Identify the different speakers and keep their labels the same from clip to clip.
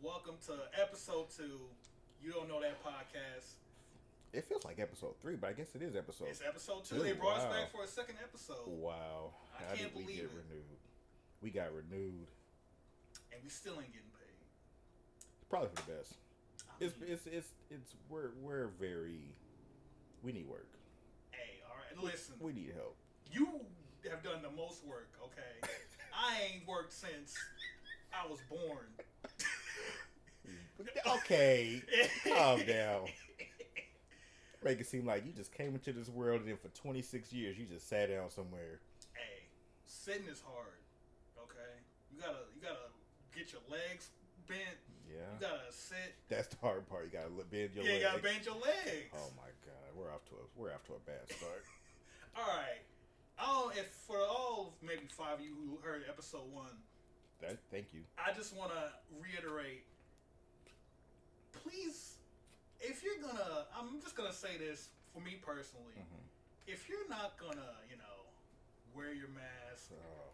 Speaker 1: Welcome to episode two. You don't know that podcast.
Speaker 2: It feels like episode three, but I guess it is episode.
Speaker 1: It's episode two.
Speaker 2: Ooh,
Speaker 1: they brought us
Speaker 2: Oh. wow.
Speaker 1: back for a second episode,
Speaker 2: Wow,
Speaker 1: I
Speaker 2: how
Speaker 1: can't
Speaker 2: did we
Speaker 1: believe
Speaker 2: get
Speaker 1: it.
Speaker 2: renewed? We got renewed.
Speaker 1: and we still ain't getting paid.
Speaker 2: Probably for the best.
Speaker 1: I
Speaker 2: It's
Speaker 1: mean,
Speaker 2: it's it's it's we're we're very. We need work.
Speaker 1: hey, all right, listen.
Speaker 2: We need help.
Speaker 1: You have done the most work, okay? I ain't worked since I was born.
Speaker 2: Okay, calm down. Make it seem like you just came into this world and then for 26 years you just sat down somewhere.
Speaker 1: Hey, sitting is hard, okay? You gotta, you gotta get your legs bent. You
Speaker 2: Yeah,
Speaker 1: gotta sit.
Speaker 2: that's the hard part. You gotta li- bend your
Speaker 1: yeah, you gotta
Speaker 2: legs.
Speaker 1: bend your legs.
Speaker 2: Oh my god, we're off to a we're off to a bad start.
Speaker 1: All right. I don't. If for all maybe five of you who heard episode one,
Speaker 2: that, thank you.
Speaker 1: I just want to reiterate. Please, if you're gonna, I'm just gonna say this for me personally.
Speaker 2: Mhm.
Speaker 1: If you're not gonna, you know, wear your mask,
Speaker 2: Oh,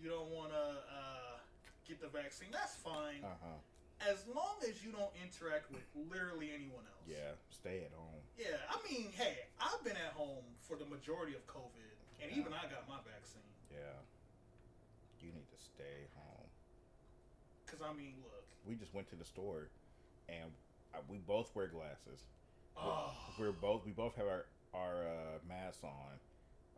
Speaker 1: you don't want to uh, get the vaccine. That's fine,
Speaker 2: uh huh.
Speaker 1: as long as you don't interact with literally anyone else.
Speaker 2: Yeah, stay at home.
Speaker 1: Yeah, I mean, hey, I've been at home for the majority of COVID, and
Speaker 2: Yeah.
Speaker 1: even I got my vaccine.
Speaker 2: Yeah, you need to stay home.
Speaker 1: Cause I mean, look.
Speaker 2: We just went to the store, and I, we both wear glasses. We're-
Speaker 1: Oh,
Speaker 2: We're both we both have our our uh, masks on.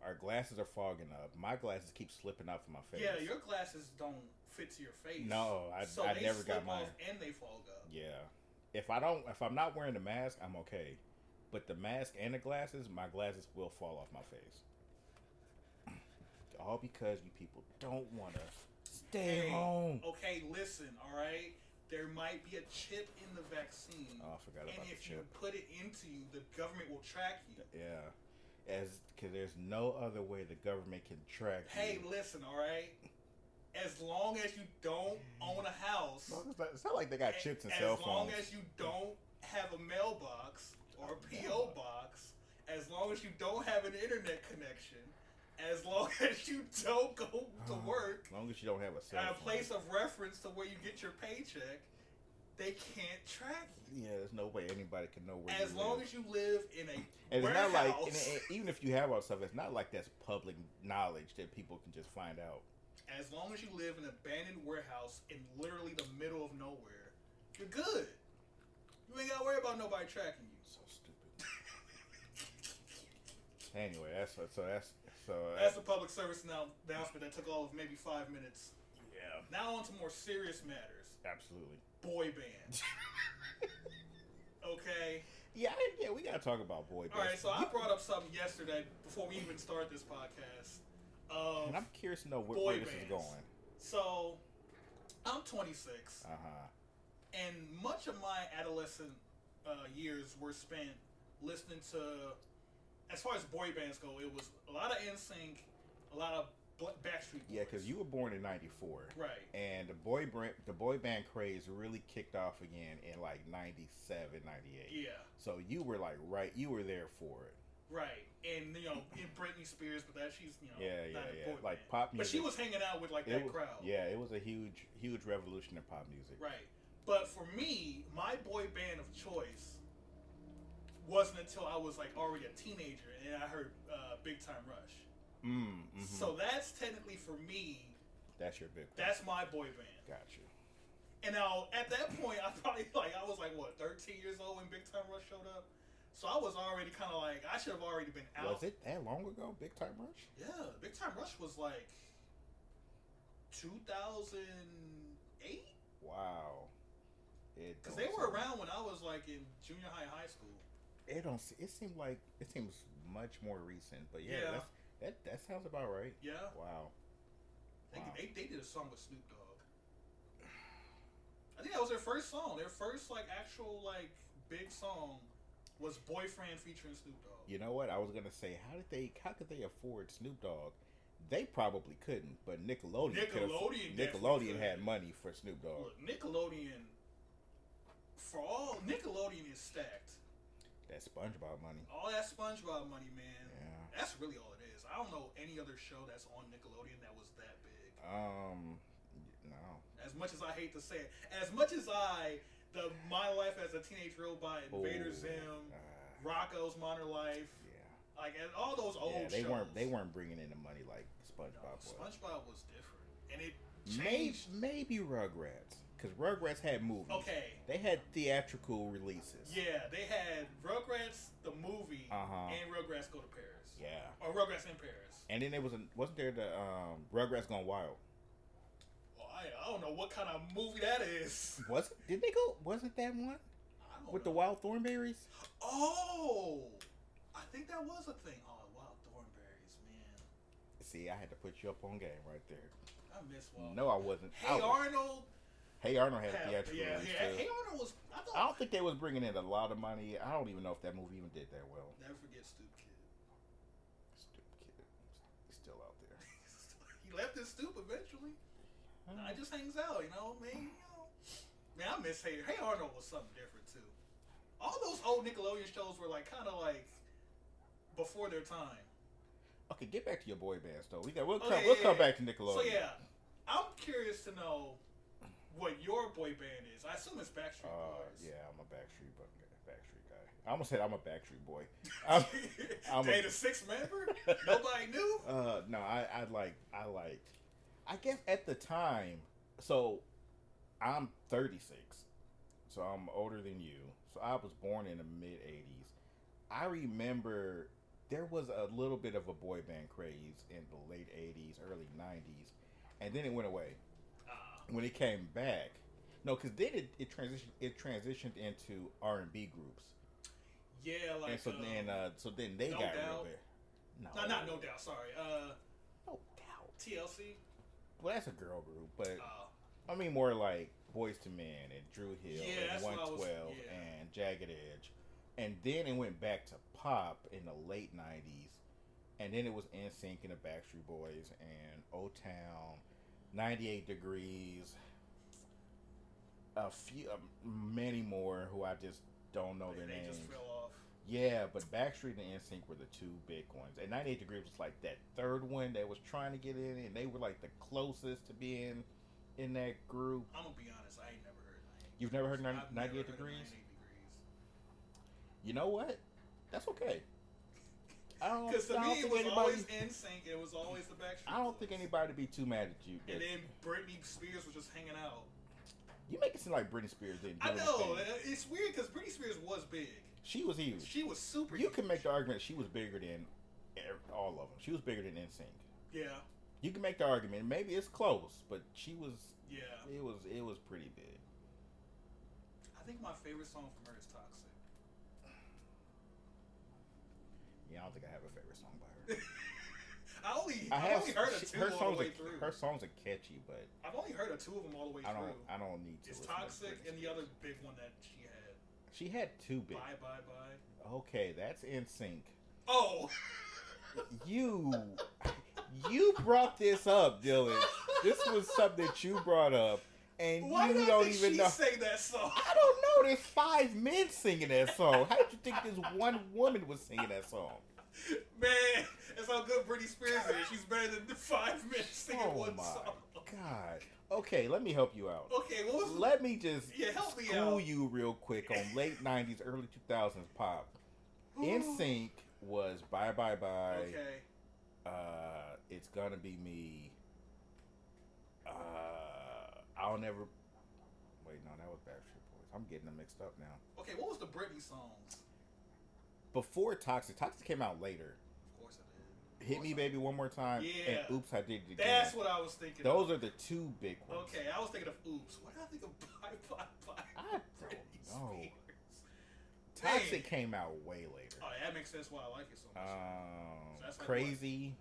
Speaker 2: Our glasses are fogging up. My glasses keep slipping off of my face.
Speaker 1: yeah, your glasses don't fit to your face.
Speaker 2: no, I,
Speaker 1: so
Speaker 2: I
Speaker 1: they
Speaker 2: never
Speaker 1: slip
Speaker 2: got mine.
Speaker 1: off and they fog up.
Speaker 2: Yeah, if I don't if I'm not wearing the mask, I'm okay. But the mask and the glasses, my glasses will fall off my face. All because you people don't want to stay
Speaker 1: Hey.
Speaker 2: home.
Speaker 1: Okay, listen, all right. There might be a chip in the vaccine,
Speaker 2: Oh, I forgot
Speaker 1: and
Speaker 2: about the
Speaker 1: if
Speaker 2: chip.
Speaker 1: you put it into you, the government will track you.
Speaker 2: Yeah, as because there's no other way the government can track.
Speaker 1: Hey,
Speaker 2: you.
Speaker 1: listen, all right. As long as you don't own a house,
Speaker 2: Well, it's not- it's not like they got
Speaker 1: a-
Speaker 2: chips and
Speaker 1: as
Speaker 2: cell
Speaker 1: long
Speaker 2: phones.
Speaker 1: as you don't have a mailbox or a PO box, as long as you don't have an internet connection, as long as you don't go to work,
Speaker 2: As long as you don't have a Oh, cell
Speaker 1: at a
Speaker 2: phone.
Speaker 1: place of reference to where you get your paycheck, they can't track you.
Speaker 2: Yeah, there's no way anybody can know where.
Speaker 1: As
Speaker 2: you
Speaker 1: long
Speaker 2: live.
Speaker 1: as you live in a
Speaker 2: and it's
Speaker 1: warehouse,
Speaker 2: not like and, and even if you have all this stuff, it's not like that's public knowledge that people can just find out.
Speaker 1: as long as you live in an abandoned warehouse in literally the middle of nowhere, you're good. You ain't gotta worry about nobody tracking you.
Speaker 2: So stupid. anyway, that's so that's so uh,
Speaker 1: That's the public service now announcement that took all of maybe five minutes.
Speaker 2: yeah,
Speaker 1: Now on to more serious matters.
Speaker 2: absolutely.
Speaker 1: Boy band. okay.
Speaker 2: Yeah, I, yeah, we gotta talk about boy.
Speaker 1: All right.
Speaker 2: bands.
Speaker 1: So I
Speaker 2: You-
Speaker 1: brought up something yesterday before we even started this podcast. Um,
Speaker 2: and I'm curious to know where,
Speaker 1: boy
Speaker 2: where this
Speaker 1: bands.
Speaker 2: is going.
Speaker 1: So, I'm 26,
Speaker 2: Uh huh.
Speaker 1: and much of my adolescent uh, years were spent listening to, as far as boy bands go, it was a lot of NSYNC, a lot of Bla- Backstreet Boys.
Speaker 2: Yeah, because you were born in '94,
Speaker 1: right,
Speaker 2: and the boy brand, the boy band craze really kicked off again in like '97, '98.
Speaker 1: yeah,
Speaker 2: So you were like right, you were there for it.
Speaker 1: right, and you know, in Britney Spears, but that she's you know,
Speaker 2: Yeah, yeah,
Speaker 1: not a
Speaker 2: yeah.
Speaker 1: boy
Speaker 2: Like
Speaker 1: band.
Speaker 2: pop music.
Speaker 1: but she was hanging out with like
Speaker 2: it
Speaker 1: that
Speaker 2: was-
Speaker 1: crowd,
Speaker 2: Yeah, it was a huge, huge revolution in pop music.
Speaker 1: right. But for me, my boy band of choice wasn't until I was like already a teenager, and I heard uh, Big Time Rush.
Speaker 2: Mm, hmm
Speaker 1: So that's technically for me,
Speaker 2: that's your big. one.
Speaker 1: that's my boy band.
Speaker 2: got you.
Speaker 1: And now at that point, I probably like I was like what 13 years old when Big Time Rush showed up, so I was already kind of like I should have already been out.
Speaker 2: Was it that long ago? Big Time Rush?
Speaker 1: Yeah, Big Time Rush was like 2008
Speaker 2: Wow. It
Speaker 1: because
Speaker 2: don't
Speaker 1: they were
Speaker 2: seem-
Speaker 1: around when I was like in junior high, high school.
Speaker 2: It don't. se- It seemed like it seems much more recent, but yeah,
Speaker 1: Yeah.
Speaker 2: That's, that that sounds about right.
Speaker 1: Yeah,
Speaker 2: Wow.
Speaker 1: they,
Speaker 2: Wow.
Speaker 1: they they did a song with Snoop Dogg. I think that was their first song. Their first like actual like big song was Boyfriend featuring Snoop Dogg.
Speaker 2: You know what? I was gonna say, how did they? How could they afford Snoop Dogg? They probably couldn't, but Nickelodeon. could afford-
Speaker 1: Nickelodeon definitely
Speaker 2: Nickelodeon
Speaker 1: could.
Speaker 2: had money for Snoop Dogg.
Speaker 1: Look, Nickelodeon, for all Nickelodeon is stacked.
Speaker 2: That SpongeBob money.
Speaker 1: All that SpongeBob money, man.
Speaker 2: Yeah.
Speaker 1: That's really all it is. I don't know any other show that's on Nickelodeon that was that big.
Speaker 2: Um. No.
Speaker 1: As much as I hate to say it, as much as I the my life as a teenage robot, Invader
Speaker 2: Ooh,
Speaker 1: Zim,
Speaker 2: uh,
Speaker 1: Rocco's Modern Life,
Speaker 2: yeah.
Speaker 1: like and all those old
Speaker 2: Yeah, they
Speaker 1: shows.
Speaker 2: weren't they weren't bringing in the money like
Speaker 1: No,
Speaker 2: SpongeBob was.
Speaker 1: SpongeBob was different, and it
Speaker 2: Maybe,
Speaker 1: changed.
Speaker 2: maybe Rugrats, because Rugrats had movies.
Speaker 1: Okay,
Speaker 2: They had theatrical releases.
Speaker 1: yeah, they had Rugrats the movie
Speaker 2: Uh huh.
Speaker 1: and Rugrats Go to Paris,
Speaker 2: Yeah.
Speaker 1: or Rugrats in Paris.
Speaker 2: And then there was a wasn't there the um, Rugrats Gone Wild?
Speaker 1: Well, I, I don't know what kind of movie that is.
Speaker 2: Was it? Did they go? Wasn't that one
Speaker 1: I don't
Speaker 2: with the
Speaker 1: know.
Speaker 2: wild thornberries?
Speaker 1: Oh, I think that was a thing. Oh, Wild Thornberries, man,
Speaker 2: See, I had to put you up on game right there.
Speaker 1: I miss Wild.
Speaker 2: No, I wasn't. I
Speaker 1: Hey
Speaker 2: was-
Speaker 1: Arnold.
Speaker 2: hey Arnold had a
Speaker 1: Yeah,
Speaker 2: theatrical
Speaker 1: yeah,
Speaker 2: release too.
Speaker 1: Hey Arnold was. I
Speaker 2: I
Speaker 1: thought.
Speaker 2: don't think they was bringing in a lot of money. I don't even know if that movie even did that well.
Speaker 1: Never forget Stoop Kid.
Speaker 2: Stupid kid, he's still out there.
Speaker 1: he left his stoop eventually. I
Speaker 2: Mm.
Speaker 1: just hangs out, you know. Man, you know. man, I miss Hey. Hey Arnold was something different too. All those old Nickelodeon shows were like kind of like before their time.
Speaker 2: Okay, get back to your boy bands though. We got we'll
Speaker 1: Okay,
Speaker 2: come we'll
Speaker 1: Oh, yeah,
Speaker 2: come
Speaker 1: yeah.
Speaker 2: back to Nickelodeon.
Speaker 1: So yeah, I'm curious to know what your boy band is. I assume it's Backstreet
Speaker 2: Uh,
Speaker 1: Boys.
Speaker 2: yeah, I'm a Backstreet bu- Backstreet guy. I almost said I'm a Backstreet boy. I'm- I'm a-
Speaker 1: they the sixth member. Nobody knew.
Speaker 2: Uh, no, I, I like I like. I guess at the time, so I'm 36, so I'm older than you. So I was born in the mid 80s. I remember there was a little bit of a boy band craze in the late 80s, early 90s, and then it went away.
Speaker 1: Ah,
Speaker 2: When it came back, no, because then it, it transitioned it transitioned into R and B groups,
Speaker 1: yeah, like
Speaker 2: and so
Speaker 1: um,
Speaker 2: then uh, so then they
Speaker 1: No
Speaker 2: got real
Speaker 1: Doubt. no,
Speaker 2: bad.
Speaker 1: not no doubt. Sorry, uh,
Speaker 2: no doubt.
Speaker 1: TLC.
Speaker 2: Well, that's a girl group, but
Speaker 1: Uh,
Speaker 2: I mean more like Boys to Men and Drew Hill
Speaker 1: Yeah,
Speaker 2: and
Speaker 1: that's what I was-
Speaker 2: 112
Speaker 1: yeah.
Speaker 2: and Jagged Edge. And then it went back to pop in the late 90s. And then it was NSYNC and the Backstreet Boys and O Town, 98 Degrees, a few, um, many more who I just don't know
Speaker 1: Oh, they,
Speaker 2: their
Speaker 1: they
Speaker 2: oh, names.
Speaker 1: just fell off.
Speaker 2: Yeah, but Backstreet and NSYNC were the two big ones. And 98 Degrees was like that third one that was trying to get in, and they were like the closest to being in that group.
Speaker 1: I'm gonna be honest. I ain't never heard. of 98
Speaker 2: You've never heard
Speaker 1: Degrees.
Speaker 2: nin-
Speaker 1: I've
Speaker 2: 98
Speaker 1: never heard of
Speaker 2: Degrees?
Speaker 1: 98 degrees.
Speaker 2: You know what? That's okay. Oh, I don't,
Speaker 1: Because to
Speaker 2: I don't
Speaker 1: me, it
Speaker 2: think
Speaker 1: was
Speaker 2: anybody.
Speaker 1: always in sync. It was always the Backstreet.
Speaker 2: I don't think
Speaker 1: Boys.
Speaker 2: anybody be too mad at you.
Speaker 1: And
Speaker 2: that-
Speaker 1: then Britney Spears was just hanging out.
Speaker 2: you make it seem like Britney Spears didn't. Do
Speaker 1: I know
Speaker 2: anything.
Speaker 1: uh, it's weird because Britney Spears was big.
Speaker 2: she was huge.
Speaker 1: She was super.
Speaker 2: You
Speaker 1: huge.
Speaker 2: can make the argument she was bigger than ev- all of them. She was bigger than NSYNC.
Speaker 1: Yeah,
Speaker 2: You can make the argument. Maybe it's close, but she was.
Speaker 1: yeah.
Speaker 2: It was. It was pretty big.
Speaker 1: I think my favorite song from her is Toxic.
Speaker 2: Yeah, I don't think I have a favorite song by her.
Speaker 1: I only, I
Speaker 2: I have
Speaker 1: only heard a
Speaker 2: she-
Speaker 1: two
Speaker 2: her
Speaker 1: all the
Speaker 2: songs.
Speaker 1: way
Speaker 2: are,
Speaker 1: through.
Speaker 2: her songs are catchy, but
Speaker 1: I've only heard a two of them all the way
Speaker 2: I don't.
Speaker 1: through.
Speaker 2: I don't need to.
Speaker 1: it's
Speaker 2: listen to
Speaker 1: Toxic
Speaker 2: Britney
Speaker 1: and the other
Speaker 2: Spears.
Speaker 1: big one that she had.
Speaker 2: She had two big.
Speaker 1: Bye bye bye.
Speaker 2: Okay, that's in sync.
Speaker 1: Oh.
Speaker 2: You, you brought this up, Dylan. This was something that you brought up, and
Speaker 1: Why
Speaker 2: you
Speaker 1: not
Speaker 2: don't
Speaker 1: did
Speaker 2: even
Speaker 1: she
Speaker 2: know.
Speaker 1: say that song?
Speaker 2: I don't know. There's five men singing that song. How did you think this one woman was singing that song?
Speaker 1: Man, that's how good Britney Spears is. She's better than the five men singing
Speaker 2: Oh
Speaker 1: one
Speaker 2: my
Speaker 1: song.
Speaker 2: God. Okay, let me help you out.
Speaker 1: Okay, what was
Speaker 2: Let me just
Speaker 1: Yeah, help me
Speaker 2: school
Speaker 1: out.
Speaker 2: you real quick on late '90s, early 2000s pop. In sync was Bye Bye Bye.
Speaker 1: Okay.
Speaker 2: Uh, it's gonna be me. Uh, I'll never. Wait, no, that was Backstreet Boys. I'm getting them mixed up now.
Speaker 1: Okay, what was the Britney songs?
Speaker 2: Before Toxic, Toxic came out later.
Speaker 1: Of course I
Speaker 2: Hit Me Baby One More Time
Speaker 1: Yeah.
Speaker 2: and Oops I Did It Again.
Speaker 1: did. That's what I was thinking. of.
Speaker 2: Those are the two big ones.
Speaker 1: Okay, I was thinking of oops. What did I think of bye bye bye?
Speaker 2: I
Speaker 1: Britney
Speaker 2: don't know.
Speaker 1: Spears?
Speaker 2: Toxic
Speaker 1: Dang.
Speaker 2: came out way later.
Speaker 1: Oh, yeah, that makes sense why I like it so much. So
Speaker 2: Um,
Speaker 1: that's like
Speaker 2: crazy,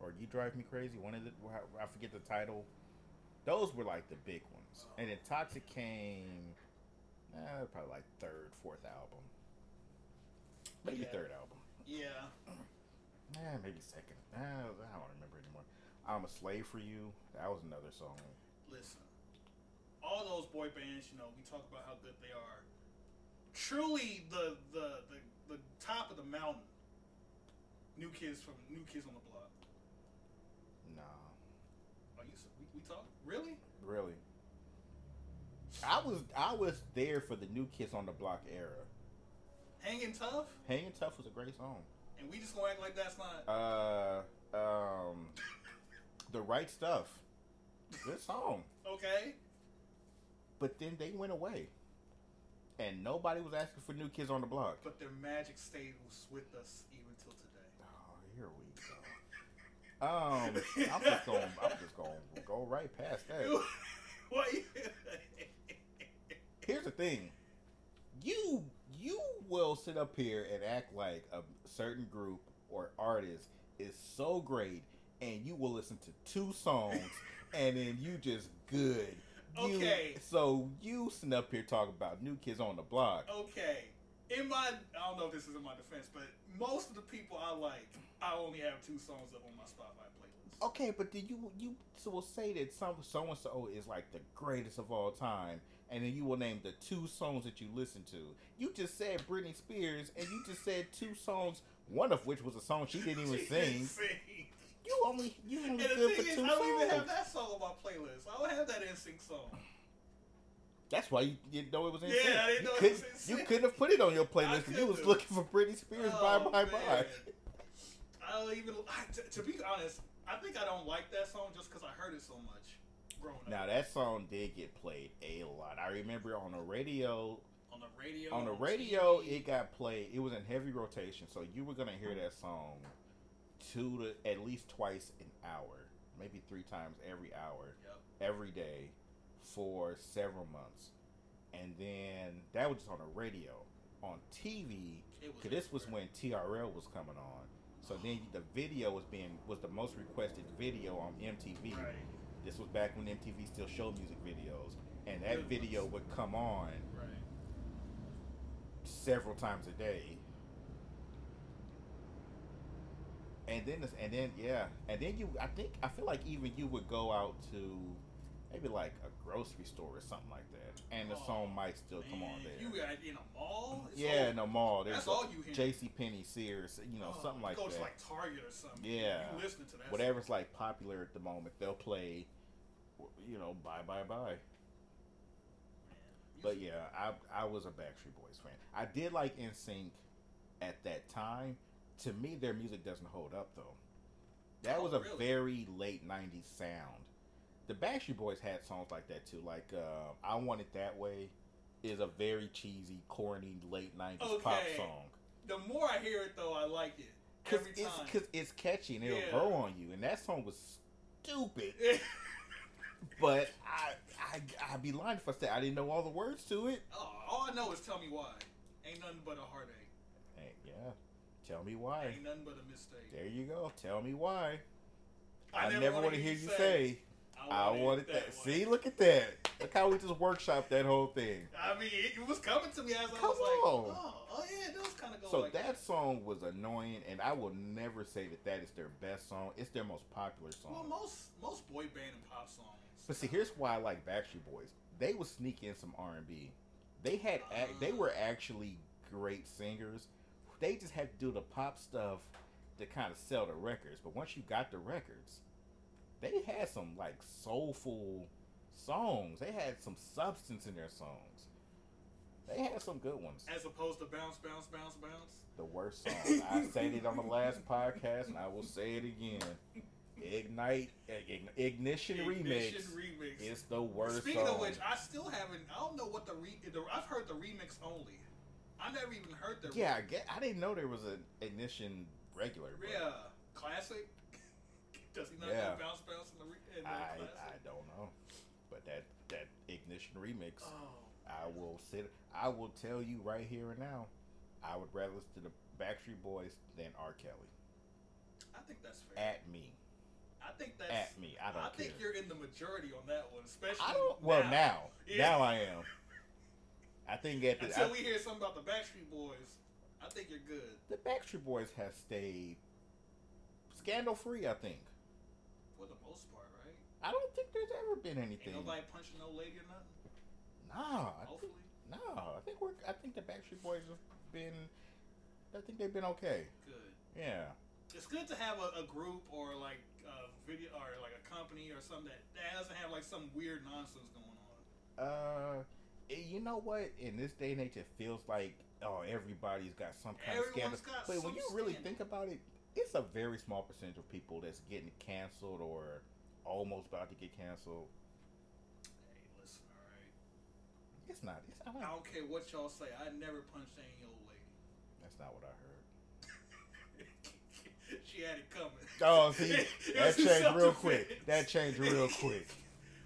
Speaker 2: or you drive me crazy. One of the I forget the title. Those were like the big ones, and then Toxic came, eh, probably like third, fourth album, maybe
Speaker 1: Yeah.
Speaker 2: third album,
Speaker 1: yeah.
Speaker 2: eh, maybe second. Eh, I don't remember anymore. I'm a slave for you. That was another song.
Speaker 1: listen, all those boy bands, you know, we talk about how good they are. Truly, the the the, the top of the mountain. New kids from New Kids on the Block.
Speaker 2: No,
Speaker 1: Are you s- we, we talk really?
Speaker 2: Really. I was I was there for the new Kids on the Block era.
Speaker 1: Hanging tough,
Speaker 2: Hanging Tough was a great song.
Speaker 1: and we just gonna act like that's not.
Speaker 2: Uh, um, the right stuff. Good song.
Speaker 1: Okay.
Speaker 2: But then they went away, and nobody was asking for new kids on the block.
Speaker 1: But their magic stayed was with us even till today.
Speaker 2: Oh, here we go. Um, I'm just going. I'm just going to go right past that.
Speaker 1: What you-
Speaker 2: Here's the thing. You you will sit up here and act like a certain group or artist is so great, and you will listen to two songs, and then you just good. You-
Speaker 1: Okay.
Speaker 2: So you sitting up here talking about new kids on the block.
Speaker 1: okay. In my, I don't know if this is in my defense, but most of the people I like, I only have two songs up on my Spotify playlist.
Speaker 2: Okay, but then you you so will say that some so and so is like the greatest of all time, and then you will name the two songs that you listen to. You just said Britney Spears, and you just said two songs, one of which was a song she didn't even
Speaker 1: She didn't
Speaker 2: sing.
Speaker 1: sing.
Speaker 2: You only you
Speaker 1: And
Speaker 2: only
Speaker 1: the
Speaker 2: good
Speaker 1: thing
Speaker 2: for
Speaker 1: is,
Speaker 2: two
Speaker 1: I don't even
Speaker 2: songs.
Speaker 1: have that song on my playlist. I don't have that NSYNC song.
Speaker 2: That's why you didn't know it was in.
Speaker 1: Yeah,
Speaker 2: sync.
Speaker 1: I didn't
Speaker 2: you
Speaker 1: know it
Speaker 2: couldn't,
Speaker 1: was in
Speaker 2: You
Speaker 1: sync.
Speaker 2: couldn't have put it on your
Speaker 1: I
Speaker 2: playlist. If you was
Speaker 1: couldn't.
Speaker 2: looking for Britney Spears.
Speaker 1: Oh,
Speaker 2: bye bye
Speaker 1: man.
Speaker 2: bye.
Speaker 1: I don't even. I, to, to be honest, I think I don't like that song just because I heard it so much growing
Speaker 2: Now
Speaker 1: up
Speaker 2: that song did get played a lot. I remember on the radio
Speaker 1: on the radio.
Speaker 2: on the radio
Speaker 1: TV.
Speaker 2: it got played it was in heavy rotation so you were gonna hear that song two to at least twice an hour maybe three times every hour
Speaker 1: Yep.
Speaker 2: every day for several months and then that was just on the radio on tv
Speaker 1: It was
Speaker 2: 'cause this was
Speaker 1: everywhere.
Speaker 2: when trl was coming on so then the video was being was the most requested video on mtv
Speaker 1: Right.
Speaker 2: this was back when mtv still showed music videos and that
Speaker 1: Good ones.
Speaker 2: video would come on
Speaker 1: Right.
Speaker 2: several times a day. And then, this, and then, yeah, and then you. I think I feel like even you would go out to maybe like a grocery store or something like that, and the
Speaker 1: Oh,
Speaker 2: song might still come on
Speaker 1: Man,
Speaker 2: there.
Speaker 1: You got in a mall. It's
Speaker 2: yeah,
Speaker 1: all-
Speaker 2: in the mall. There's
Speaker 1: that's all you hear.
Speaker 2: J.C. Penney, Sears, you know,
Speaker 1: oh,
Speaker 2: something like
Speaker 1: go
Speaker 2: that.
Speaker 1: to like Target or something.
Speaker 2: Yeah.
Speaker 1: You listening to that?
Speaker 2: Whatever's like popular at the moment, they'll play. You know, bye bye bye.
Speaker 1: song, man. You
Speaker 2: But
Speaker 1: should-
Speaker 2: yeah, I I was a Backstreet Boys fan. I did like NSYNC at that time. To me, their music doesn't hold up though. That
Speaker 1: Oh,
Speaker 2: was a
Speaker 1: really?
Speaker 2: very late '90s sound. The Backstreet Boys had songs like that too. Like uh, "I Want It That Way" is a very cheesy, corny late '90s pop
Speaker 1: Okay.
Speaker 2: song
Speaker 1: The more I hear it, though, I like it
Speaker 2: because
Speaker 1: every
Speaker 2: it's
Speaker 1: time.
Speaker 2: because it's catchy and it'll
Speaker 1: Yeah.
Speaker 2: grow on you. And that song was stupid, but I I I'd be lying if I said I didn't know all the words to it.
Speaker 1: oh, all I know is tell me why. Ain't nothing but a heartache.
Speaker 2: Hey, yeah, tell me why.
Speaker 1: Ain't nothing but a mistake.
Speaker 2: There you go. Tell me why. I, never,
Speaker 1: wanna
Speaker 2: want to hear you say, I
Speaker 1: wanted
Speaker 2: wanted that.
Speaker 1: way.
Speaker 2: See, look at that. Look how we just workshop that whole thing.
Speaker 1: I mean, it was coming to me as I
Speaker 2: Come
Speaker 1: was like,
Speaker 2: on.
Speaker 1: oh, oh yeah, it does kind of go
Speaker 2: So
Speaker 1: like
Speaker 2: that song was annoying, and I will never say that that is their best song. It's their most popular
Speaker 1: Well,
Speaker 2: song.
Speaker 1: most most boy band and pop songs.
Speaker 2: But see, here's why I like Backstreet Boys. They would sneak in some R and B. They had ac they were actually great singers. They just had to do the pop stuff to kind of sell the records. But once you got the records, they had some like soulful songs. They had some substance in their songs. They had some good ones.
Speaker 1: as opposed to bounce, bounce, bounce, bounce.
Speaker 2: The worst song. I said it on the last podcast, and I will say it again. Ignite, ign-
Speaker 1: Ignition
Speaker 2: ignition, remix.
Speaker 1: remix.
Speaker 2: It's the worst.
Speaker 1: Speaking
Speaker 2: song.
Speaker 1: of which, I still haven't. I don't know what the re. The, I've heard the remix only. I never even heard the.
Speaker 2: yeah, I, get, I didn't know there was an ignition regular.
Speaker 1: re-
Speaker 2: But
Speaker 1: yeah, classic. Does he not
Speaker 2: Yeah.
Speaker 1: know bounce, bounce in the, re- in the
Speaker 2: I I
Speaker 1: classic?
Speaker 2: don't know, but that that ignition remix,
Speaker 1: oh,
Speaker 2: I will sit. I will tell you right here and now, I would rather listen to the Backstreet Boys than R. Kelly.
Speaker 1: I think that's fair.
Speaker 2: At me,
Speaker 1: I think that's.
Speaker 2: at me. I don't
Speaker 1: I
Speaker 2: care.
Speaker 1: think you're in the majority on that one, especially.
Speaker 2: I don't. Well, now, now,
Speaker 1: Yeah.
Speaker 2: I am. I think at the,
Speaker 1: Until
Speaker 2: I-
Speaker 1: we hear something about the Backstreet Boys, I think you're good.
Speaker 2: the Backstreet Boys have stayed scandal free. I think.
Speaker 1: For the most part, right?
Speaker 2: I don't think there's ever been
Speaker 1: Ain't
Speaker 2: anything.
Speaker 1: nobody punching no lady or nothing.
Speaker 2: nah, I think
Speaker 1: Hopefully.
Speaker 2: No, I think we're. I think the Backstreet Boys have been. I think they've been okay.
Speaker 1: Good.
Speaker 2: Yeah,
Speaker 1: It's good to have a, a group or like a video or like a company or something that, that doesn't have like some weird nonsense going on.
Speaker 2: Uh, eh, you know what? In this day and age, it feels like oh, everybody's got some kind
Speaker 1: Everyone's
Speaker 2: of
Speaker 1: got
Speaker 2: scandal. But
Speaker 1: some
Speaker 2: when you really
Speaker 1: scandal.
Speaker 2: think about it, it's a very small percentage of people that's getting canceled or almost about to get canceled.
Speaker 1: Hey, listen, all right.
Speaker 2: It's not. It's not.
Speaker 1: I don't care what y'all say. I never punched any old lady.
Speaker 2: That's not what I heard.
Speaker 1: she had it coming.
Speaker 2: Oh, see,
Speaker 1: It
Speaker 2: that
Speaker 1: was
Speaker 2: changed real
Speaker 1: self-defense.
Speaker 2: quick. That changed real quick.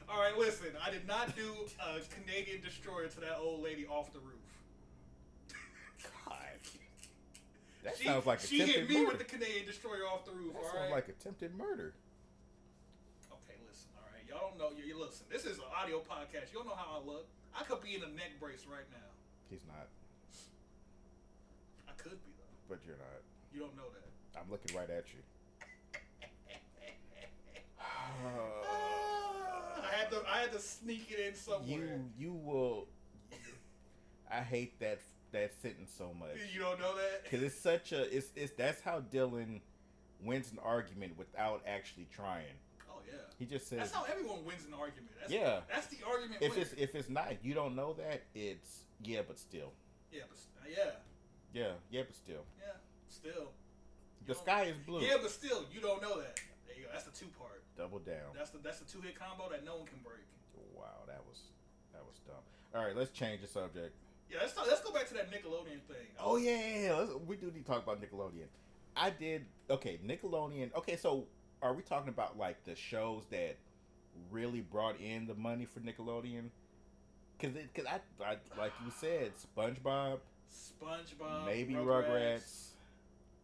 Speaker 1: All right, listen. I did not do a Canadian destroyer to that old lady off the roof.
Speaker 2: God, that
Speaker 1: she,
Speaker 2: sounds like
Speaker 1: she hit
Speaker 2: attempted
Speaker 1: me
Speaker 2: murder.
Speaker 1: with the Canadian destroyer off the roof.
Speaker 2: that
Speaker 1: all
Speaker 2: sounds
Speaker 1: right.
Speaker 2: like attempted murder.
Speaker 1: okay, listen. All right, y'all don't know. You, you listen. This is an audio podcast. You don't know how I look. I could be in a neck brace right now.
Speaker 2: He's not,
Speaker 1: I could be though.
Speaker 2: but you're not.
Speaker 1: You don't know that.
Speaker 2: I'm looking right at you.
Speaker 1: Ah, I had to. I had to sneak it in somewhere.
Speaker 2: Uh, you you will. I hate that that sentence so much
Speaker 1: You, don't know that.
Speaker 2: because it's such a it's it's that's how Dylan wins an argument without actually trying.
Speaker 1: Oh yeah.
Speaker 2: He just says,
Speaker 1: That's how everyone wins an argument. That's,
Speaker 2: "Yeah."
Speaker 1: That's the argument.
Speaker 2: If
Speaker 1: winner.
Speaker 2: it's if it's not, you don't know that it's yeah, but still,
Speaker 1: yeah, but s- uh, yeah,
Speaker 2: yeah, yeah, but still,
Speaker 1: yeah, still.
Speaker 2: the
Speaker 1: You don't-
Speaker 2: sky is blue.
Speaker 1: Yeah, but still, you don't know that. There you go. That's the two part.
Speaker 2: Double down.
Speaker 1: That's the that's the two hit combo that no one can break.
Speaker 2: Wow, that was that was dumb. All right, let's change the subject.
Speaker 1: Yeah, let's talk, let's go back to that Nickelodeon thing.
Speaker 2: Oh yeah, yeah, yeah, Let's, we do need to talk about Nickelodeon. I did okay. Nickelodeon. Okay, so are we talking about like the shows that really brought in the money for Nickelodeon? Because because I, I like you said, SpongeBob,
Speaker 1: SpongeBob,
Speaker 2: maybe Rugrats.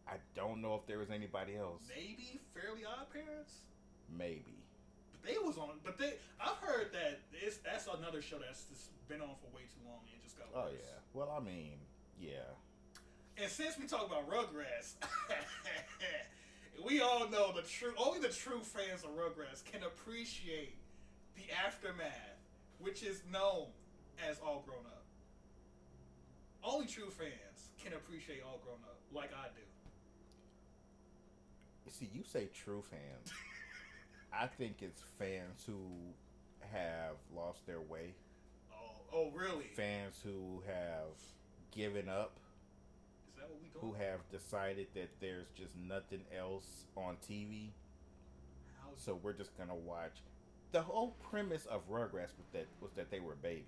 Speaker 2: I don't know if there was anybody else.
Speaker 1: maybe Fairly Odd Parents.
Speaker 2: Maybe.
Speaker 1: But they was on, but they I've heard that it's that's another show that's just been on for way too long and it just got
Speaker 2: Oh
Speaker 1: worse.
Speaker 2: yeah. Well, I mean, yeah.
Speaker 1: And since we talk about Rugrats, we all know the true only the true fans of Rugrats can appreciate the aftermath, which is known as all grown up. Only true fans can appreciate all grown up, like I do.
Speaker 2: See, you say true fans. I think it's fans who have lost their way,
Speaker 1: Oh, oh really?
Speaker 2: fans who have given up,
Speaker 1: Is that what we
Speaker 2: who
Speaker 1: doing?
Speaker 2: have decided that there's just nothing else on TV,
Speaker 1: How,
Speaker 2: so we're just gonna watch. The whole premise of Rugrats was that was that they were babies.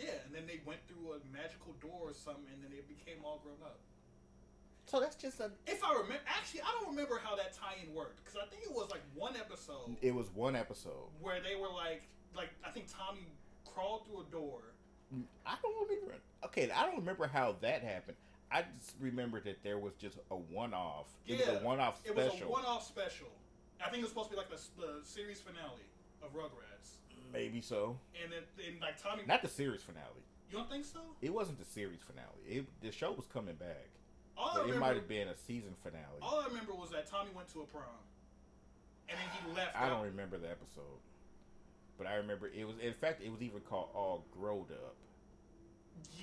Speaker 1: yeah, and then they went through a magical door or something, and then they became all grown up.
Speaker 2: So that's just a.
Speaker 1: If I remember, actually, I don't remember how that tie-in worked because I think it was like one episode.
Speaker 2: It was one episode.
Speaker 1: where they were like, like I think Tommy crawled through a door.
Speaker 2: I don't remember. Okay, I don't remember how that happened. I just remember that there was just a one-off. It was
Speaker 1: Yeah,
Speaker 2: a one-off
Speaker 1: It
Speaker 2: special.
Speaker 1: was a one-off special. I think it was supposed to be like the, the series finale of Rugrats,
Speaker 2: Maybe so.
Speaker 1: and then and like Tommy,
Speaker 2: Not the series finale.
Speaker 1: you don't think so?
Speaker 2: It wasn't the series finale. It, the show was coming back,
Speaker 1: All I
Speaker 2: but it might
Speaker 1: remember,
Speaker 2: have been a season finale.
Speaker 1: all I remember was that Tommy went to a prom, and then he left.
Speaker 2: I
Speaker 1: out.
Speaker 2: don't remember the episode, but I remember it was. In fact, it was even called "All Growed Up."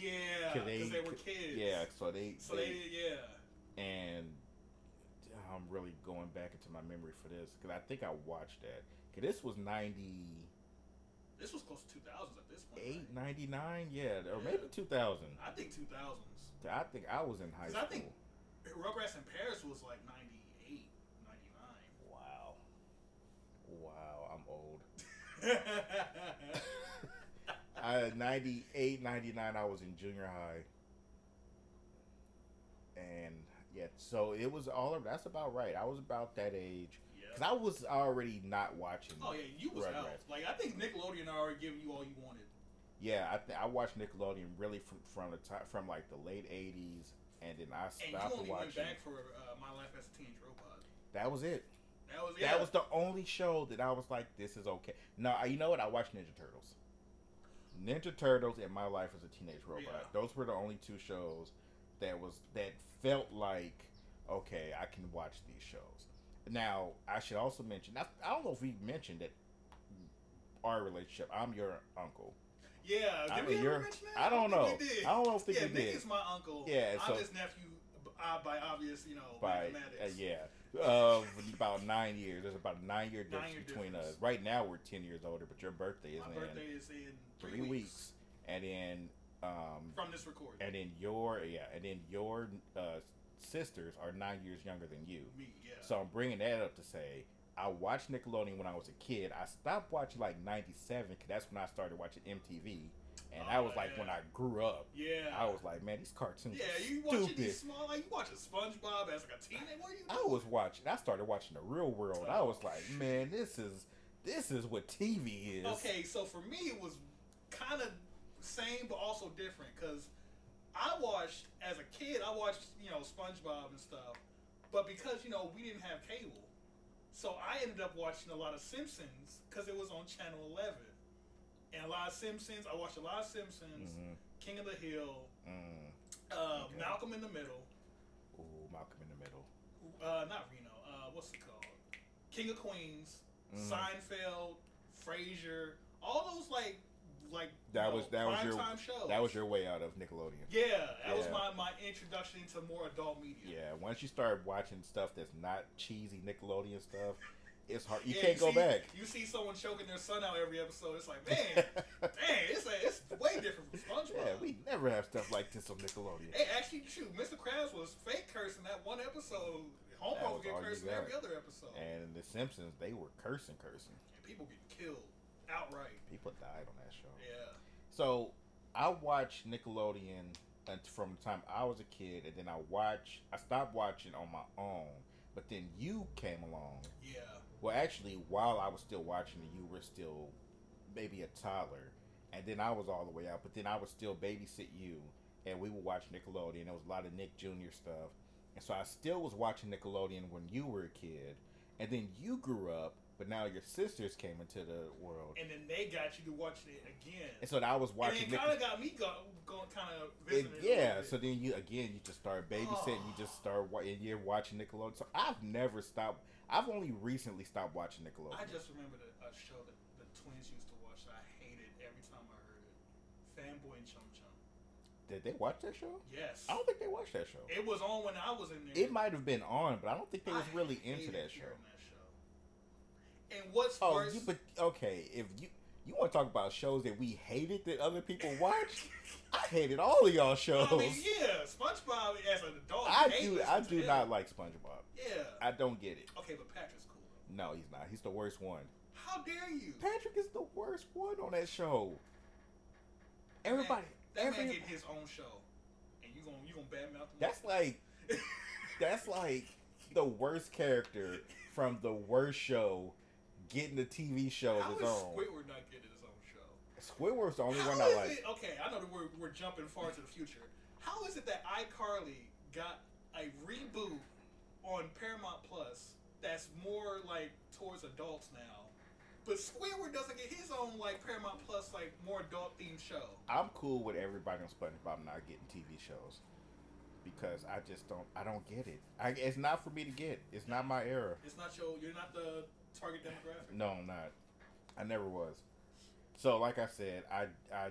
Speaker 1: Yeah,
Speaker 2: 'Cause
Speaker 1: because
Speaker 2: they-
Speaker 1: they, were kids.
Speaker 2: Yeah, so they,
Speaker 1: So
Speaker 2: they,
Speaker 1: they, yeah.
Speaker 2: and I'm really going back into my memory for this because I think I watched that. 'Cause this was 98,
Speaker 1: This was close to two thousands at this point. right?
Speaker 2: 99? yeah,
Speaker 1: Yeah.
Speaker 2: or maybe two thousand.
Speaker 1: I think two thousands.
Speaker 2: I think I was in high
Speaker 1: 'Cause
Speaker 2: school.
Speaker 1: I think- Rugrats in Paris was like 98, 99.
Speaker 2: wow, wow, I'm old. I, 98, 99, I was in junior high. And yeah, so it was all of that's about right. I was about that age
Speaker 1: yeah.
Speaker 2: because I was already not watching.
Speaker 1: Oh yeah, you was out.
Speaker 2: Rugrats.
Speaker 1: Like I think Nickelodeon already giving you all you wanted.
Speaker 2: Yeah, I, th- I watched Nickelodeon really from from the time from like the late eighties, and then I
Speaker 1: And
Speaker 2: stopped
Speaker 1: you only went
Speaker 2: watching.
Speaker 1: back for uh, My Life as a Teenage Robot.
Speaker 2: That was it.
Speaker 1: That was yeah.
Speaker 2: That was the only show that I was like, this is okay. No, I- you know what? I watched Ninja Turtles. Ninja Turtles and My Life as a Teenage Robot.
Speaker 1: Yeah.
Speaker 2: Those were the only two shows that was that felt like okay, I can watch these shows. Now, I should also mention. I, I don't know if we mentioned that our relationship. I'm your uncle.
Speaker 1: yeah. Did
Speaker 2: I
Speaker 1: we
Speaker 2: mean,
Speaker 1: ever
Speaker 2: you're-
Speaker 1: mention that?
Speaker 2: I don't
Speaker 1: think
Speaker 2: know.
Speaker 1: We did.
Speaker 2: I don't know if we
Speaker 1: yeah,
Speaker 2: did
Speaker 1: Nick is my uncle.
Speaker 2: Yeah,
Speaker 1: I'm
Speaker 2: so-
Speaker 1: his nephew b- uh, by obvious, you know,
Speaker 2: by uh,
Speaker 1: mathematics.
Speaker 2: yeah. Uh, about nine years. There's about a nine year difference
Speaker 1: Nine year
Speaker 2: between
Speaker 1: difference.
Speaker 2: us. Right now, we're ten years older, but your birthday is
Speaker 1: My
Speaker 2: in
Speaker 1: birthday is in
Speaker 2: three, weeks. and then um,
Speaker 1: from this recording.
Speaker 2: and then your yeah, and then your uh, sisters are nine years younger than you.
Speaker 1: Me, yeah.
Speaker 2: So I'm bringing that up to say I watched Nickelodeon when I was a kid. I stopped watching like '97 because that's when I started watching MTV, and that
Speaker 1: Oh,
Speaker 2: was like when
Speaker 1: yeah.
Speaker 2: I grew up.
Speaker 1: yeah.
Speaker 2: I was like, man, these cartoons
Speaker 1: yeah,
Speaker 2: are
Speaker 1: you watching
Speaker 2: stupid.
Speaker 1: these small, like you watching SpongeBob as like a teenager. What are you?
Speaker 2: I was watching. I started watching the Real World. I was like, man, this is this is what TV is.
Speaker 1: Okay, so for me it was kind of same but also different because I watched as a kid. I watched you know SpongeBob and stuff, but because you know we didn't have cable, so I ended up watching a lot of Simpsons because it was on Channel Eleven, and a lot of Simpsons. I watched a lot of Simpsons,
Speaker 2: Mhm,
Speaker 1: King of the Hill,
Speaker 2: mm.
Speaker 1: uh,
Speaker 2: Okay.
Speaker 1: Malcolm in the Middle,
Speaker 2: Ooh, Malcolm in the Middle.
Speaker 1: uh, not Reno. Uh, what's it called? King of Queens,
Speaker 2: Mhm.
Speaker 1: Seinfeld, Frasier, all those like like
Speaker 2: That
Speaker 1: you
Speaker 2: was- that was your-
Speaker 1: primetime shows.
Speaker 2: That was your way out of Nickelodeon.
Speaker 1: yeah. That was
Speaker 2: Yeah.
Speaker 1: my my introduction into more adult media.
Speaker 2: Yeah, once you start watching stuff that's not cheesy Nickelodeon stuff, it's hard. You
Speaker 1: Yeah,
Speaker 2: can't go
Speaker 1: see-
Speaker 2: back.
Speaker 1: You see someone choking their son out every episode. It's like, man, dang, it's a, it's way different from SpongeBob.
Speaker 2: yeah, we never have stuff like this on Nickelodeon.
Speaker 1: Hey, actually, shoot, Mr. Krabs was fake cursing that one episode.
Speaker 2: That
Speaker 1: Homer
Speaker 2: was
Speaker 1: would get
Speaker 2: all you
Speaker 1: cursing
Speaker 2: got.
Speaker 1: every other episode. And
Speaker 2: And The Simpsons, they were cursing, cursing.
Speaker 1: people getting killed outright.
Speaker 2: People died on that show.
Speaker 1: Yeah.
Speaker 2: So I watched Nickelodeon unt- from the time I was a kid, and then I watched. I stopped watching on my own, but then you came along.
Speaker 1: Yeah.
Speaker 2: Well, actually, while I was still watching it, you were still maybe a toddler, and then I was all the way out. But then I would still babysit you, and we would watch Nickelodeon. There was a lot of Nick Jr. stuff, and so I still was watching Nickelodeon when you were a kid, and then you grew up. But now your sisters came into the world,
Speaker 1: And then they got you to watch it again.
Speaker 2: and so I was watching.
Speaker 1: and it
Speaker 2: Nick-
Speaker 1: kind of got me go, going kind of
Speaker 2: It-
Speaker 1: visiting.
Speaker 2: yeah, so then you again you just start babysitting, you
Speaker 1: Oh.
Speaker 2: just start wa- and you're watching Nickelodeon. So I've never stopped. I've only recently stopped watching Nickelodeon.
Speaker 1: I just remembered a, a show that the twins used to watch. That I hated every time I heard it. Fanboy and Chum Chum.
Speaker 2: Did they watch that show?
Speaker 1: Yes,
Speaker 2: I don't think they watched that show.
Speaker 1: it was on when I was in there.
Speaker 2: Oh. It might have been on, but I don't think they was
Speaker 1: I
Speaker 2: really into
Speaker 1: hated
Speaker 2: that show.
Speaker 1: hearing that show. And what's
Speaker 2: Oh,
Speaker 1: worse?
Speaker 2: you, but okay, if you you want to talk about shows that we hated that other people watched, I hated all of y'all shows.
Speaker 1: I mean, yeah, SpongeBob as an adult.
Speaker 2: I
Speaker 1: you hate
Speaker 2: do.
Speaker 1: listening
Speaker 2: I
Speaker 1: to
Speaker 2: do
Speaker 1: him.
Speaker 2: not like SpongeBob.
Speaker 1: Yeah.
Speaker 2: I don't get it.
Speaker 1: Okay, but Patrick's cool.
Speaker 2: No, he's not. He's the worst one.
Speaker 1: How dare you?
Speaker 2: Patrick is the worst one on that show. Everybody,
Speaker 1: That man
Speaker 2: every-
Speaker 1: get his own show, and you gon' you gonna badmouth him?
Speaker 2: that's like that's like the worst character from the worst show getting the TV show
Speaker 1: How
Speaker 2: of
Speaker 1: is
Speaker 2: his own.
Speaker 1: Squidward not getting his own show?
Speaker 2: Squidward's the only
Speaker 1: How
Speaker 2: one I
Speaker 1: is
Speaker 2: like.
Speaker 1: it- okay, I know that we're, we're jumping far to the future. How is it that iCarly got a reboot on Paramount Plus that's more like towards adults now, but Squidward doesn't get his own like Paramount Plus like more adult themed show?
Speaker 2: I'm cool with everybody on SpongeBob not getting TV shows because I just don't. I don't get it. I, it's not for me to get. It's not my era.
Speaker 1: It's not your you're not the target demographic.
Speaker 2: No, I'm not. I never was. So, like I said, I I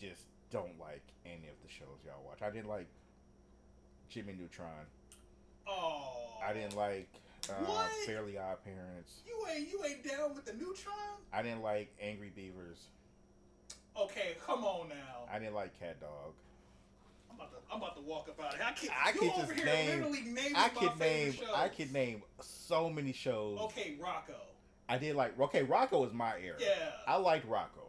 Speaker 2: just don't like any of the shows y'all watch. I didn't like Jimmy Neutron.
Speaker 1: Oh,
Speaker 2: I didn't like uh,
Speaker 1: What?
Speaker 2: Fairly Odd Parents.
Speaker 1: You ain't you ain't down with the Neutron?
Speaker 2: I didn't like Angry Beavers.
Speaker 1: Okay, come on now.
Speaker 2: I didn't like Cat Dog.
Speaker 1: I'm about to, I'm about to walk up out of here. I can
Speaker 2: I
Speaker 1: you
Speaker 2: could
Speaker 1: over
Speaker 2: just
Speaker 1: here
Speaker 2: name-
Speaker 1: literally naming my
Speaker 2: I could
Speaker 1: favorite
Speaker 2: name.
Speaker 1: shows.
Speaker 2: I could name so many shows.
Speaker 1: Okay, Rocco.
Speaker 2: I did like okay, Rocco was my era.
Speaker 1: Yeah.
Speaker 2: I liked Rocco.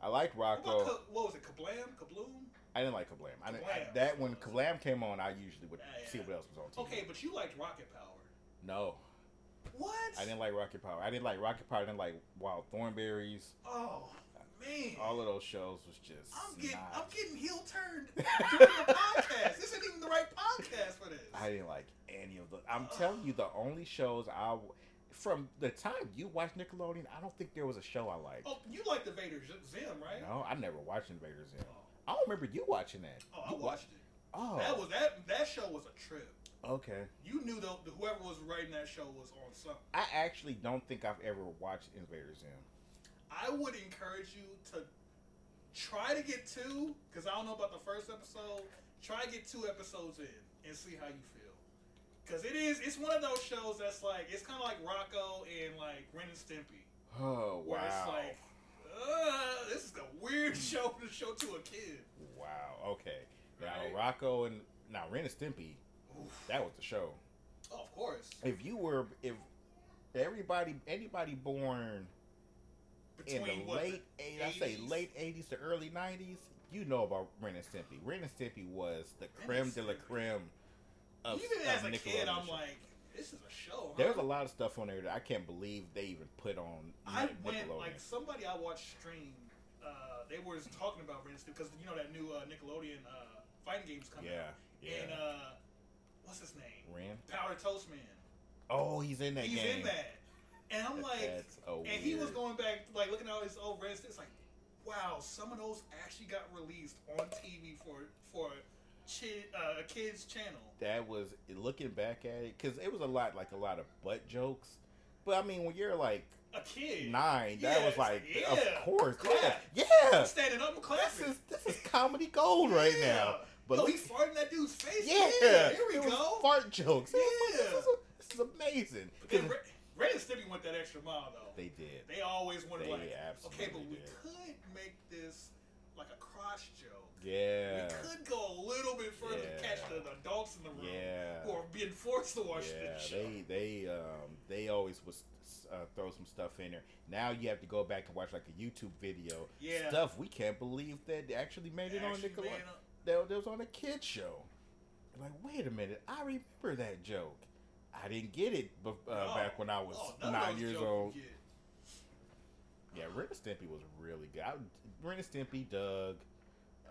Speaker 2: I liked
Speaker 1: What about
Speaker 2: Rocco.
Speaker 1: Ka- what was it? Kablam? Kabloom?
Speaker 2: I didn't like Kablam. I, didn't, I
Speaker 1: Kablam.
Speaker 2: that when Kablam came on, I usually would
Speaker 1: Yeah, yeah.
Speaker 2: see what else was on TV.
Speaker 1: Okay, but you liked Rocket Power.
Speaker 2: No,
Speaker 1: What?
Speaker 2: I didn't like Rocket Power. I didn't like Rocket Power. I didn't like Wild Thornberries.
Speaker 1: Oh man.
Speaker 2: All of those shows was just.
Speaker 1: I'm getting
Speaker 2: not-
Speaker 1: I'm getting heel turned during the podcast. This isn't even the right podcast for this.
Speaker 2: I didn't like any of the. I'm telling you, the only shows I w- from the time you watched Nickelodeon, I don't think there was a show I liked.
Speaker 1: oh, you like the Vader Z- Zim, right?
Speaker 2: No, I never watched Invader Zim.
Speaker 1: Oh,
Speaker 2: I don't remember you watching that.
Speaker 1: oh, I
Speaker 2: You wa-
Speaker 1: watched it.
Speaker 2: Oh,
Speaker 1: That was that that show was a trip.
Speaker 2: okay.
Speaker 1: You knew though whoever was writing that show was on something.
Speaker 2: I actually don't think I've ever watched Invader Zim.
Speaker 1: I would encourage you to try to get two, because I don't know about the first episode. Try to get two episodes in and see how you feel. Because it is, it's one of those shows that's like, it's kind of like Rocco and like Ren and Stimpy.
Speaker 2: Oh
Speaker 1: Where it's
Speaker 2: wow!
Speaker 1: like, uh, this is a weird show to show to a kid.
Speaker 2: wow. Okay. Now
Speaker 1: Right?
Speaker 2: Rocco and now Ren and Stimpy.
Speaker 1: Oof.
Speaker 2: That was the show.
Speaker 1: Oh, of course.
Speaker 2: If you were if everybody anybody born in
Speaker 1: Between
Speaker 2: the
Speaker 1: what?
Speaker 2: late eight, I say
Speaker 1: 80s?
Speaker 2: late eighties to early nineties, you know about Ren and Stimpy. Ren and Stimpy was the creme de la
Speaker 1: Stimpy.
Speaker 2: creme of,
Speaker 1: Even
Speaker 2: of
Speaker 1: as a kid,
Speaker 2: Nickelodeon
Speaker 1: I'm
Speaker 2: show.
Speaker 1: like, this is a show. huh?
Speaker 2: There's a lot of stuff on there that I can't believe they even put on
Speaker 1: I
Speaker 2: Nic-
Speaker 1: went
Speaker 2: Nickelodeon.
Speaker 1: like somebody I watched stream. Uh, they were talking about Ren because you know that new uh, Nickelodeon uh, fighting game's coming.
Speaker 2: yeah,
Speaker 1: out.
Speaker 2: yeah.
Speaker 1: And uh, what's his name?
Speaker 2: Ren.
Speaker 1: Power Toast Man.
Speaker 2: Oh, he's in that
Speaker 1: He's
Speaker 2: game.
Speaker 1: in that. And I'm like,
Speaker 2: That's a
Speaker 1: and he was
Speaker 2: weird-
Speaker 1: going back, like looking at all his old Ren. It's like, wow, some of those actually got released on TV for for chi- uh, a kids channel.
Speaker 2: That was looking back at it because it was a lot like a lot of butt jokes. But I mean, when you're like
Speaker 1: A kid.
Speaker 2: nine,
Speaker 1: Yeah,
Speaker 2: that was
Speaker 1: it's like,
Speaker 2: like, of
Speaker 1: yeah,
Speaker 2: course,
Speaker 1: clap.
Speaker 2: yeah, yeah.
Speaker 1: Standing up and
Speaker 2: This
Speaker 1: clapping.
Speaker 2: is this is comedy gold right now. But
Speaker 1: Yo, he
Speaker 2: look-
Speaker 1: farted in that dude's face.
Speaker 2: yeah,
Speaker 1: here we
Speaker 2: it was
Speaker 1: go.
Speaker 2: Fart jokes. Yeah. This,
Speaker 1: Yeah.
Speaker 2: is a- this is amazing.
Speaker 1: Then
Speaker 2: 'Cause
Speaker 1: Red, Red and Stimpy went that extra mile though.
Speaker 2: they did.
Speaker 1: They always wanted
Speaker 2: They
Speaker 1: like, okay, but
Speaker 2: absolutely
Speaker 1: we
Speaker 2: did.
Speaker 1: could make this like a cross joke.
Speaker 2: Yeah.
Speaker 1: We could go a little bit further to catch
Speaker 2: Yeah.
Speaker 1: the, the adults in the room
Speaker 2: Yeah.
Speaker 1: who are being forced to watch
Speaker 2: Yeah,
Speaker 1: this show.
Speaker 2: they they um they always was uh, throw some stuff in there. Now you have to go back and watch like a YouTube video.
Speaker 1: Yeah.
Speaker 2: Stuff we can't believe that they actually made it
Speaker 1: Actually,
Speaker 2: on Nickelodeon.
Speaker 1: man, uh,
Speaker 2: That, that was on a kid show. I'm like, wait a minute, I remember that joke. I didn't get it bef- uh,
Speaker 1: No.
Speaker 2: back when I was
Speaker 1: oh,
Speaker 2: nine
Speaker 1: none of those
Speaker 2: years
Speaker 1: jokes you
Speaker 2: old.
Speaker 1: get.
Speaker 2: Yeah, Ren and Stimpy was really good. I, Ren and Stimpy, Doug,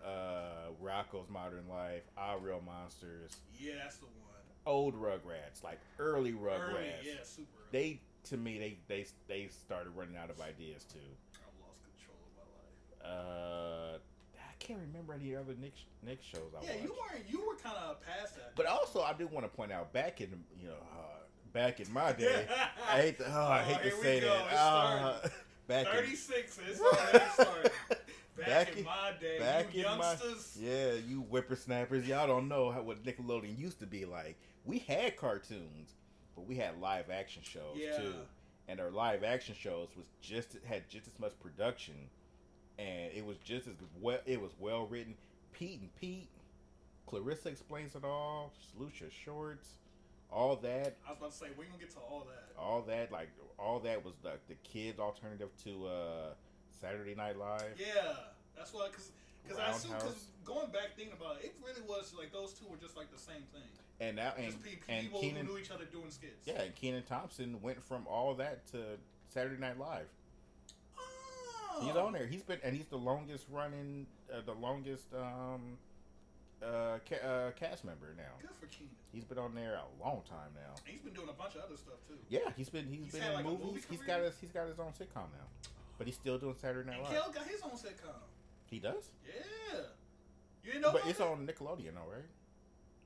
Speaker 2: uh, Rocco's Modern Life, Our Real Monsters,
Speaker 1: Yeah, that's the one.
Speaker 2: old Rugrats, like early Rugrats.
Speaker 1: Early, yeah, super. Early.
Speaker 2: they to me they they they started running out of ideas too.
Speaker 1: I lost control of my life.
Speaker 2: Uh, I can't remember any other Nick Nick shows I
Speaker 1: yeah,
Speaker 2: watched.
Speaker 1: you were you were kind of past that.
Speaker 2: but also, I do want to point out back in you know uh, back in my day, I hate to, oh, I
Speaker 1: Oh,
Speaker 2: hate
Speaker 1: here
Speaker 2: to
Speaker 1: we
Speaker 2: say
Speaker 1: go.
Speaker 2: that.
Speaker 1: It's
Speaker 2: Uh, back in,
Speaker 1: 36 is already started. Back,
Speaker 2: Back
Speaker 1: in,
Speaker 2: in-
Speaker 1: my day,
Speaker 2: back
Speaker 1: you
Speaker 2: in my-
Speaker 1: youngsters.
Speaker 2: yeah, you whippersnappers, y'all don't know how, what Nickelodeon used to be like. We had cartoons, but we had live action shows
Speaker 1: Yeah.
Speaker 2: too. and their live action shows was just had just as much production, and it was just as well. It was well written. Pete and Pete, Clarissa explains it all. Lucia Shorts, all that,
Speaker 1: I was about to say, we're going to get to all that.
Speaker 2: all that, like all that was the the kids' alternative to uh, Saturday Night Live.
Speaker 1: Yeah, that's why, because I assume, because
Speaker 2: Roundhouse.
Speaker 1: going back thinking about it, it really was like those two were just like the same thing.
Speaker 2: And now and
Speaker 1: just pe-
Speaker 2: and
Speaker 1: people
Speaker 2: Keenan,
Speaker 1: who knew each other doing skits.
Speaker 2: yeah, and Keenan Thompson went from all that to Saturday Night Live.
Speaker 1: Oh.
Speaker 2: He's on there. He's been and he's the longest running, uh, the longest um, uh, ca- uh, cast member now.
Speaker 1: Good for Keenan.
Speaker 2: He's been on there a long time now.
Speaker 1: And He's been doing a bunch of other stuff, too.
Speaker 2: Yeah, he's been he's
Speaker 1: He's
Speaker 2: been
Speaker 1: had,
Speaker 2: in
Speaker 1: like, a
Speaker 2: movies.
Speaker 1: movie
Speaker 2: he's
Speaker 1: career?
Speaker 2: got his he's got his own sitcom now, but he's still doing Saturday Night
Speaker 1: And
Speaker 2: Live.
Speaker 1: Kel got his own sitcom.
Speaker 2: he does,
Speaker 1: Yeah. You didn't know
Speaker 2: but
Speaker 1: about
Speaker 2: it's
Speaker 1: that?
Speaker 2: on Nickelodeon, though, right?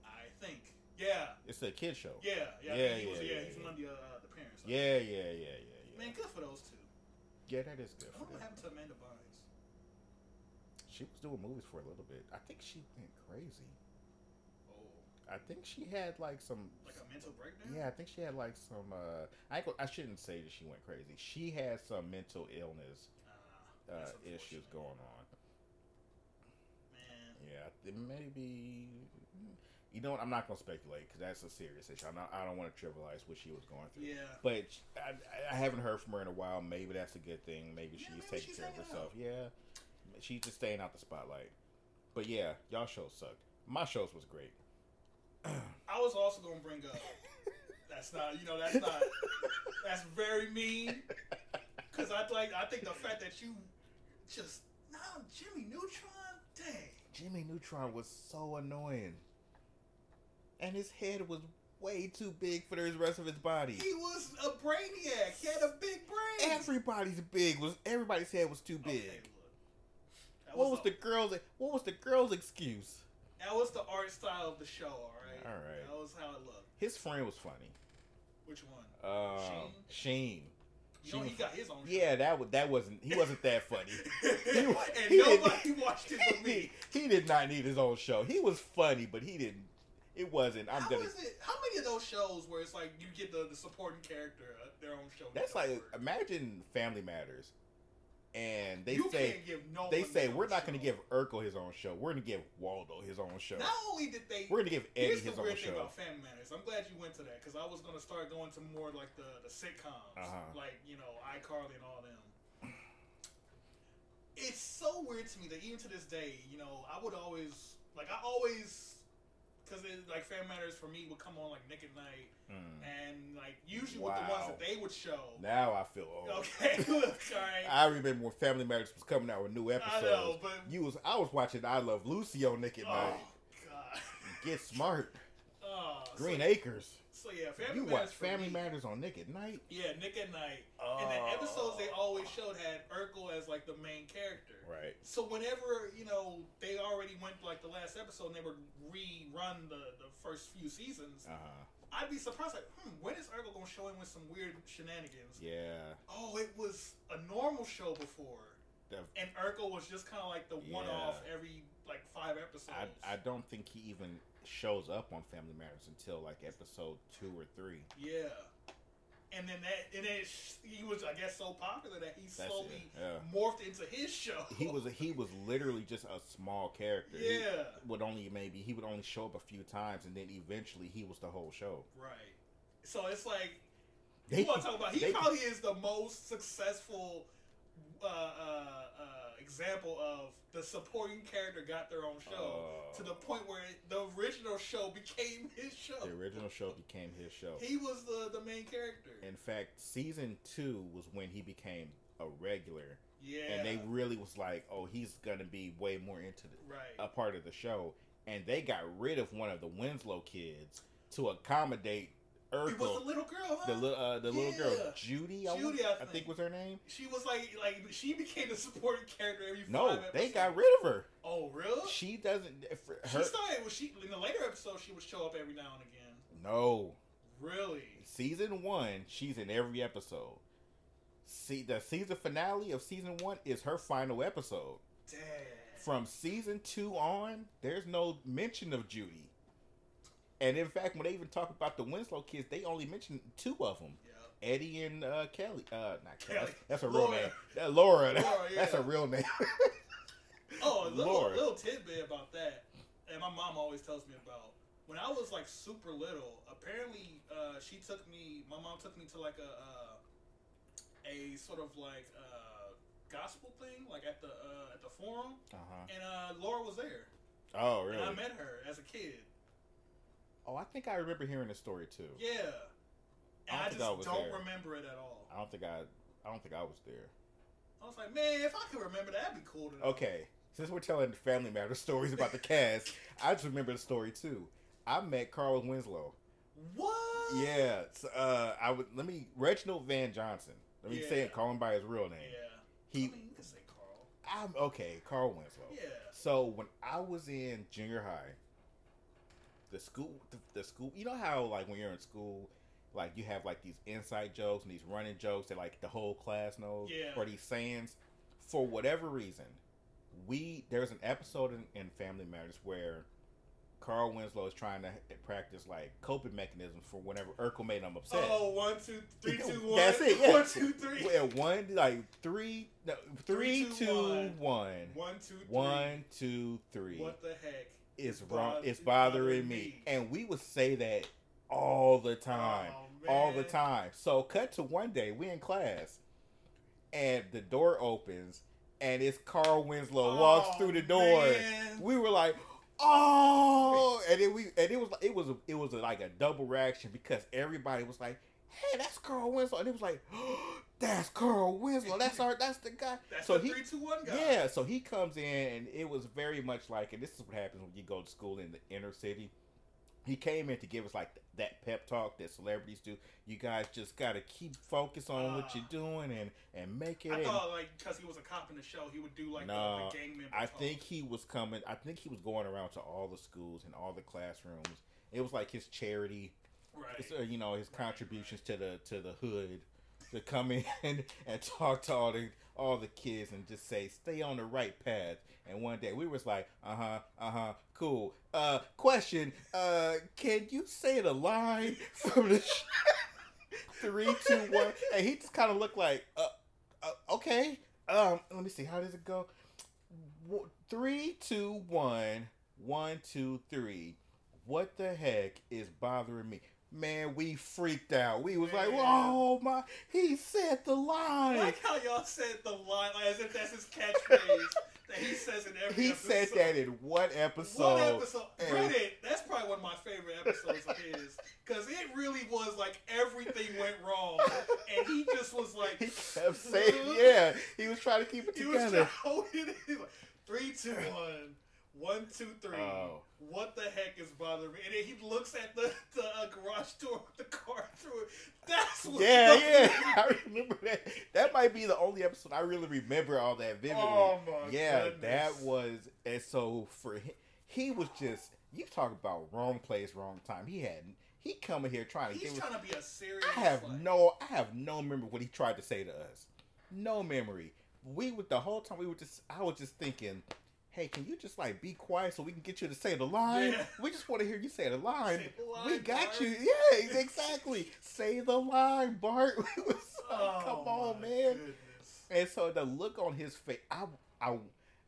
Speaker 1: I think. Yeah.
Speaker 2: It's a kid show.
Speaker 1: Yeah. Yeah.
Speaker 2: Yeah,
Speaker 1: he was,
Speaker 2: yeah,
Speaker 1: yeah,
Speaker 2: yeah,
Speaker 1: he's
Speaker 2: yeah.
Speaker 1: one of the, uh, the parents.
Speaker 2: Yeah, yeah, yeah, yeah, yeah.
Speaker 1: Man, good for those two.
Speaker 2: yeah, that is good.
Speaker 1: I
Speaker 2: For
Speaker 1: wonder what
Speaker 2: them.
Speaker 1: happened to Amanda Bynes.
Speaker 2: She was doing movies for a little bit. I think she went crazy.
Speaker 1: Oh.
Speaker 2: I think she had like some
Speaker 1: Like a mental breakdown?
Speaker 2: Yeah, I think she had like some. Uh, I ain't go- I shouldn't say that she went crazy. She had some mental illness
Speaker 1: Ah,
Speaker 2: uh,
Speaker 1: that's
Speaker 2: issues
Speaker 1: unfortunate.
Speaker 2: going on.
Speaker 1: Man,
Speaker 2: Yeah, I thi- maybe. You know what? I'm not gonna speculate because that's a serious issue. I'm not, I don't want to trivialize what she was going through.
Speaker 1: yeah.
Speaker 2: But sh- I, I- I haven't heard from her in a while. Maybe that's a good thing. Maybe
Speaker 1: Yeah,
Speaker 2: she's
Speaker 1: maybe
Speaker 2: taking
Speaker 1: she's
Speaker 2: care of
Speaker 1: hanging
Speaker 2: herself.
Speaker 1: out.
Speaker 2: Yeah, she's just staying out the spotlight. But yeah, y'all shows sucked. My shows was great.
Speaker 1: I was also gonna bring up. That's not. You know, that's not. That's very mean. Cause I like. I think the fact that you just no Jimmy Neutron. Dang.
Speaker 2: Jimmy Neutron was so annoying. And his head was way too big for the rest of his body.
Speaker 1: He was a brainiac. He had a big brain.
Speaker 2: Everybody's big was everybody's head was too big.
Speaker 1: Okay, look. That
Speaker 2: what was
Speaker 1: the,
Speaker 2: the girl's what was the girl's excuse?
Speaker 1: that was the art style of the show, all right.
Speaker 2: All right.
Speaker 1: That was how it looked.
Speaker 2: His friend was funny.
Speaker 1: Which one?
Speaker 2: Um, Sheen.
Speaker 1: You know,
Speaker 2: She
Speaker 1: he got his own.
Speaker 2: Yeah, that was that wasn't he wasn't that funny.
Speaker 1: show. and
Speaker 2: he didn't-
Speaker 1: nobody watched it but me.
Speaker 2: he did not need his own show. He was funny, but he didn't. It wasn't. I'm
Speaker 1: How
Speaker 2: gonna.
Speaker 1: is it? How many of those shows where it's like you get the, the supporting character uh, their own show?
Speaker 2: That's
Speaker 1: doesn't
Speaker 2: like
Speaker 1: work?
Speaker 2: imagine Family Matters, and they
Speaker 1: you
Speaker 2: say
Speaker 1: can't give no.
Speaker 2: they
Speaker 1: one
Speaker 2: say
Speaker 1: their
Speaker 2: we're
Speaker 1: own
Speaker 2: not going
Speaker 1: show."
Speaker 2: to give Urkel his own show. We're going to give Waldo his own show.
Speaker 1: Not only did they.
Speaker 2: We're going to give Eddie
Speaker 1: here's
Speaker 2: his
Speaker 1: the
Speaker 2: own
Speaker 1: weird thing
Speaker 2: show.
Speaker 1: about Family Matters. I'm glad you went to that because I was gonna start going to more like the the sitcoms,
Speaker 2: Uh-huh.
Speaker 1: like you know iCarly and all them. It's so weird to me that even to this day, you know, I would always like I always because like Family Matters for me would come on like Nick at Night
Speaker 2: Mm.
Speaker 1: and like usually with the ones
Speaker 2: Wow.
Speaker 1: that they would show.
Speaker 2: Now I feel old.
Speaker 1: Okay, look, alright.
Speaker 2: I remember when Family Matters was coming out with new
Speaker 1: I
Speaker 2: episodes.
Speaker 1: know, but
Speaker 2: You was I was watching I Love Lucy on Nick at
Speaker 1: oh
Speaker 2: Night.
Speaker 1: god,
Speaker 2: Get smart,
Speaker 1: oh,
Speaker 2: Green
Speaker 1: So,
Speaker 2: Acres.
Speaker 1: so yeah, Family
Speaker 2: you
Speaker 1: Matters
Speaker 2: watch
Speaker 1: for
Speaker 2: Family
Speaker 1: me-
Speaker 2: Matters Oh. on Nick at Night.
Speaker 1: Yeah, Nick at Night. And the episodes they always showed had Urkel as like the main character.
Speaker 2: Oh. Right.
Speaker 1: So whenever you know they already went like the last episode and they would rerun the the first few seasons,
Speaker 2: Uh huh.
Speaker 1: I'd be surprised like, hmm, when is Urkel gonna show in with some weird shenanigans?
Speaker 2: Yeah.
Speaker 1: Oh, it was a normal show before,
Speaker 2: The-
Speaker 1: and Urkel was just kind of like the
Speaker 2: Yeah.
Speaker 1: one-off every like five episodes.
Speaker 2: I I don't think he even shows up on Family Matters until like episode two or three.
Speaker 1: yeah. And then that, and then it sh- he was, I guess, so popular that he
Speaker 2: That's it.
Speaker 1: slowly
Speaker 2: Yeah.
Speaker 1: morphed into his show.
Speaker 2: He was he was literally just a small character. He-
Speaker 1: Yeah.
Speaker 2: would only maybe he would only show up a few times and then eventually he was the whole show.
Speaker 1: Right. So it's like
Speaker 2: They-
Speaker 1: you want to talk about. He
Speaker 2: they-
Speaker 1: probably is the most successful uh, uh, uh, example of the supporting character got their own show
Speaker 2: Uh,
Speaker 1: to the point where the original show became his show.
Speaker 2: the original show became his show.
Speaker 1: He was the the main character.
Speaker 2: In fact, season two was when he became a regular,
Speaker 1: yeah.
Speaker 2: and they really was like, "Oh, he's gonna be way more into the,
Speaker 1: right.
Speaker 2: a part of the show." And they got rid of one of the Winslow kids to accommodate
Speaker 1: it was
Speaker 2: Urkel,
Speaker 1: a little girl. Huh?
Speaker 2: the little uh, the little
Speaker 1: Yeah.
Speaker 2: girl Judy. I,
Speaker 1: Judy,
Speaker 2: Judy,
Speaker 1: I
Speaker 2: I, think.
Speaker 1: think.
Speaker 2: was her name.
Speaker 1: she was like like she became the supporting character every
Speaker 2: No,
Speaker 1: five
Speaker 2: they
Speaker 1: episodes.
Speaker 2: got rid of her.
Speaker 1: Oh, really? She,
Speaker 2: She doesn't. for Her,
Speaker 1: started started. well, She in the later episode she would show up every now and again.
Speaker 2: no,
Speaker 1: Really?
Speaker 2: season one, she's in every episode. See, the season finale of season one is her final episode.
Speaker 1: Dang.
Speaker 2: From season two on, there's no mention of Judy. And in fact, when they even talk about the Winslow kids, they only mention two of them:
Speaker 1: yeah.
Speaker 2: Eddie and uh, Kelly. Uh, not Kelly.
Speaker 1: Kelly.
Speaker 2: That's a real
Speaker 1: Laura.
Speaker 2: name. That- Laura. that-
Speaker 1: Laura,
Speaker 2: That's
Speaker 1: yeah.
Speaker 2: a real name.
Speaker 1: Oh, a little,
Speaker 2: Lord.
Speaker 1: little tidbit about that, and my mom always tells me about. When I was like super little, apparently uh, she took me. My mom took me to like a uh, a sort of like uh, gospel thing, like at the uh, at the forum,
Speaker 2: Uh-huh.
Speaker 1: and uh, Laura was there,
Speaker 2: Oh,
Speaker 1: and I
Speaker 2: really?
Speaker 1: met her as a kid.
Speaker 2: Oh, I think I remember hearing the story too.
Speaker 1: Yeah, and
Speaker 2: I
Speaker 1: I,
Speaker 2: don't
Speaker 1: just
Speaker 2: think I was
Speaker 1: don't
Speaker 2: there.
Speaker 1: remember it at all.
Speaker 2: I don't think I. I don't think I was there.
Speaker 1: I was like, man, if I could remember that, that'd be cool. To know.
Speaker 2: Okay, since we're telling Family Matter stories about the cast, I just remember the story too. I met Carl Winslow.
Speaker 1: What?
Speaker 2: Yeah, it's, uh, I would let me Reginald Van Johnson. Let me say
Speaker 1: Yeah.
Speaker 2: it. Call him by his real name.
Speaker 1: Yeah. I
Speaker 2: He,
Speaker 1: mean, you can say Carl.
Speaker 2: I'm okay. Carl Winslow.
Speaker 1: Yeah.
Speaker 2: So when I was in junior high, the school, the, the school, you know how like when you're in school, like you have like these inside jokes and these running jokes that like the whole class knows,
Speaker 1: Yeah.
Speaker 2: or these sayings. For whatever reason, we there's an episode in, in Family Matters where Carl Winslow is trying to practice like coping mechanisms for whenever Urkel made him upset.
Speaker 1: Oh, one, two, three, two, one.
Speaker 2: That's it, yeah.
Speaker 1: One, two, three.
Speaker 2: Well, one like three, no,
Speaker 1: Three,
Speaker 2: three,
Speaker 1: two,
Speaker 2: two, one.
Speaker 1: One, two, three.
Speaker 2: One, two, three
Speaker 1: What the heck?
Speaker 2: is
Speaker 1: Bo-
Speaker 2: wrong. It's
Speaker 1: it's bothering
Speaker 2: bothering me.
Speaker 1: me.
Speaker 2: And we would say that all the time,
Speaker 1: Oh,
Speaker 2: all the
Speaker 1: man.
Speaker 2: time. So cut to one day, we in class, and the door opens, and it's Carl Winslow walks
Speaker 1: Oh,
Speaker 2: through the door.
Speaker 1: man.
Speaker 2: We were like, oh, and then we and it was it was it was like a double reaction because everybody was like. Hey, that's Carl Winslow, and it was like, that's Carl Winslow. That's our, that's the guy.
Speaker 1: That's
Speaker 2: so
Speaker 1: the
Speaker 2: he
Speaker 1: three, two, one guy.
Speaker 2: yeah, so he comes in, and it was very much like, and this is what happens when you go to school in the inner city. He came in to give us like th- that pep talk that celebrities do. You guys just gotta keep focus on
Speaker 1: Ah.
Speaker 2: what you're doing and and make it.
Speaker 1: I
Speaker 2: And
Speaker 1: thought like because he was a cop in the show, he would do like
Speaker 2: No,
Speaker 1: the, the gang member.
Speaker 2: I
Speaker 1: talk.
Speaker 2: think he was coming. I think he was going around to all the schools and all the classrooms. It was like his charity,
Speaker 1: Right.
Speaker 2: it's, uh, you know, his
Speaker 1: Right,
Speaker 2: contributions to the to the hood to come in and talk to all the all the kids and just say, stay on the right path. And one day we was like, uh huh, uh huh, cool. Uh, question, uh, can you say the line from the sh- three, two, one? And he just kind of looked like, uh, uh, okay. Um, let me see, how does it go? W- Three, two, one, one, two, three. What the heck is bothering me? Man, we freaked out. We was like,
Speaker 1: Man.
Speaker 2: "Whoa, my!" He said
Speaker 1: I
Speaker 2: the line.
Speaker 1: like how y'all said the line like, as if that's his catchphrase that he says in every
Speaker 2: he
Speaker 1: episode.
Speaker 2: said that in one episode.
Speaker 1: One episode.
Speaker 2: and-
Speaker 1: Granted, that's probably one of my favorite episodes of his because it really was like everything went wrong, and he just was like,
Speaker 2: He kept saying, "Yeah." He was trying to keep it
Speaker 1: he was
Speaker 2: together.
Speaker 1: trying to hold it. He was like, three, two, one, one, two, three.
Speaker 2: Oh.
Speaker 1: What the heck is bothering me? And then he looks at the, the uh, garage door with the car through it. That's what.
Speaker 2: yeah, yeah. I remember that. That might be the only episode I really remember all that vividly.
Speaker 1: Oh my
Speaker 2: yeah,
Speaker 1: goodness.
Speaker 2: that was. And so for him, he was just. You talk about wrong place, wrong time. He had he coming here trying to
Speaker 1: He's
Speaker 2: give us.
Speaker 1: trying to be a serious.
Speaker 2: I have
Speaker 1: like,
Speaker 2: no, I have no memory what he tried to say to us. No memory. We would the whole time we were just, I was just thinking, hey, can you just like be quiet so we can get you to say the line?
Speaker 1: Yeah.
Speaker 2: We just want to hear you say the line.
Speaker 1: Say the line,
Speaker 2: we got
Speaker 1: Bart.
Speaker 2: you. Yeah, ex- exactly. say the line, Bart. We was like,
Speaker 1: Oh,
Speaker 2: come on,
Speaker 1: my
Speaker 2: man.
Speaker 1: goodness.
Speaker 2: And so the look on his face, I, I,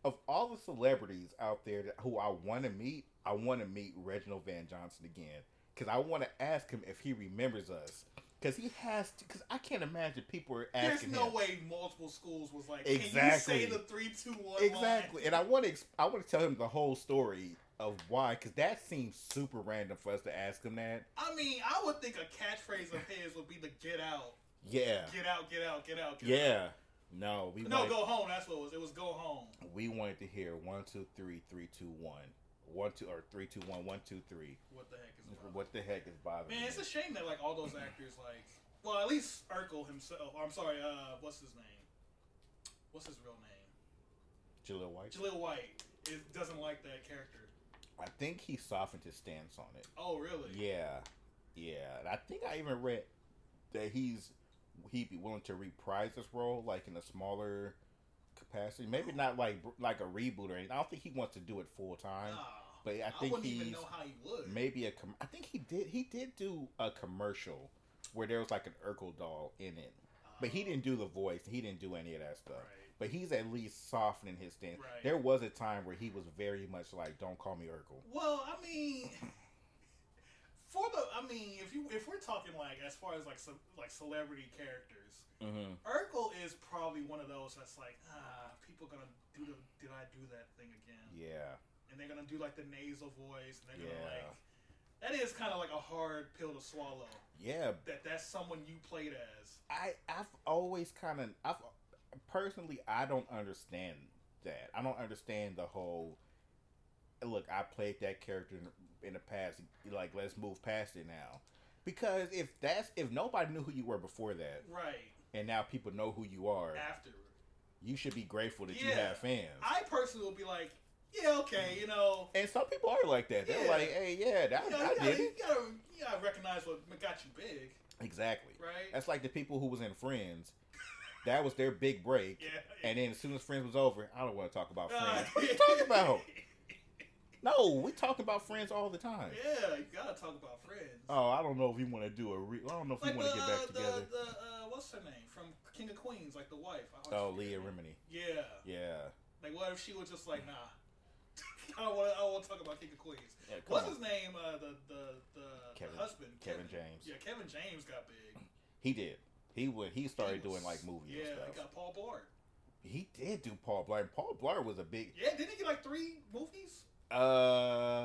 Speaker 2: of all the celebrities out there that, who I want to meet, I want to meet Reginald Van Johnson again because I want to ask him if he remembers us because he has to. Because I can't imagine people are
Speaker 1: There's
Speaker 2: asking
Speaker 1: no
Speaker 2: him
Speaker 1: way multiple schools was like,
Speaker 2: Exactly.
Speaker 1: can you say the three, two, one? line?"
Speaker 2: exactly, and I want to. I want to tell him the whole story of why because that seems super random for us to ask him that.
Speaker 1: I mean, I would think a catchphrase of his would be the "Get out,
Speaker 2: Yeah,
Speaker 1: get out, get out, get out." Get Out.
Speaker 2: yeah. No, we
Speaker 1: No,
Speaker 2: wanted,
Speaker 1: go home. That's what it was. It was go home.
Speaker 2: we wanted to hear one two three three two one one two or three two one one two three.
Speaker 1: What the heck is wrong?
Speaker 2: What the heck is bothering
Speaker 1: Man, it's
Speaker 2: you?
Speaker 1: a shame that like all those actors, like, well, at least Urkel himself. I'm sorry. Uh, what's his name? What's his real name?
Speaker 2: Jaleel White?
Speaker 1: Jaleel White. It doesn't like that character.
Speaker 2: I think he softened his stance on it.
Speaker 1: Oh, really?
Speaker 2: Yeah, yeah. And I think I even read that he's he'd be willing to reprise this role like in a smaller capacity. Maybe not like like a reboot or anything. I don't think he wants to do it full time.
Speaker 1: Ah,
Speaker 2: But I
Speaker 1: I,
Speaker 2: think
Speaker 1: wouldn't even
Speaker 2: he's
Speaker 1: know how he would.
Speaker 2: maybe a com- I think he did he did do a commercial where there was like an Urkel doll in it, but he
Speaker 1: Ah,
Speaker 2: didn't do the voice. He didn't do any of that stuff.
Speaker 1: Right.
Speaker 2: But he's at least softening his stance.
Speaker 1: Right.
Speaker 2: There was a time where he was very much like, "Don't call me Urkel."
Speaker 1: Well, I mean, for the I mean, if you if we're talking like as far as like some like celebrity characters,
Speaker 2: Mm-hmm.
Speaker 1: Urkel is probably one of those that's like ah, people gonna do the did I do that thing again?
Speaker 2: Yeah.
Speaker 1: And they're gonna do like the nasal voice, and they're gonna
Speaker 2: Yeah.
Speaker 1: like that is kind of like a hard pill to swallow.
Speaker 2: Yeah,
Speaker 1: That that's someone you played as.
Speaker 2: I I've always kind of I've personally I don't understand that. I don't understand the whole look, I played that character in, in the past like let's move past it now. Because if that's if nobody knew who you were before that
Speaker 1: Right
Speaker 2: and now people know who you are,
Speaker 1: after,
Speaker 2: you should be grateful that you
Speaker 1: Yeah.
Speaker 2: have fans.
Speaker 1: I personally would be like, yeah, okay, you know.
Speaker 2: and some people are like that. They're
Speaker 1: Yeah.
Speaker 2: like, "Hey, yeah, that
Speaker 1: You, know,
Speaker 2: I
Speaker 1: you,
Speaker 2: did
Speaker 1: gotta, you,
Speaker 2: it."
Speaker 1: gotta, you gotta recognize what got you big,
Speaker 2: Exactly.
Speaker 1: right?
Speaker 2: That's like the people who was in Friends. That was their big break.
Speaker 1: yeah.
Speaker 2: And then as soon as Friends was over, I don't want to talk about
Speaker 1: Uh,
Speaker 2: Friends. What you talking about? No, we talk about Friends all the time.
Speaker 1: Yeah, you gotta talk about friends.
Speaker 2: Oh, I don't know if you want to do a re. I don't know if
Speaker 1: like
Speaker 2: you
Speaker 1: the,
Speaker 2: want to
Speaker 1: uh,
Speaker 2: get back
Speaker 1: the,
Speaker 2: together.
Speaker 1: the uh, what's her name from King of Queens, like the wife. I always
Speaker 2: oh,
Speaker 1: forget
Speaker 2: Leah
Speaker 1: her name.
Speaker 2: Remini.
Speaker 1: Yeah.
Speaker 2: Yeah.
Speaker 1: Like, what if she was just like, nah, I don't want to. I don't want to talk about King of Queens.
Speaker 2: yeah come
Speaker 1: what's
Speaker 2: on.
Speaker 1: his name? Uh, the the the, the
Speaker 2: Kevin-
Speaker 1: husband,
Speaker 2: Kevin James.
Speaker 1: Yeah, Kevin James got big. He
Speaker 2: He did. He would. He started doing
Speaker 1: was-
Speaker 2: like movies
Speaker 1: Yeah, uh,
Speaker 2: and
Speaker 1: he got
Speaker 2: stuff.
Speaker 1: Paul Blart.
Speaker 2: He did do Paul Blart. Paul Blart was a big.
Speaker 1: Yeah, didn't he get like three movies?
Speaker 2: Uh,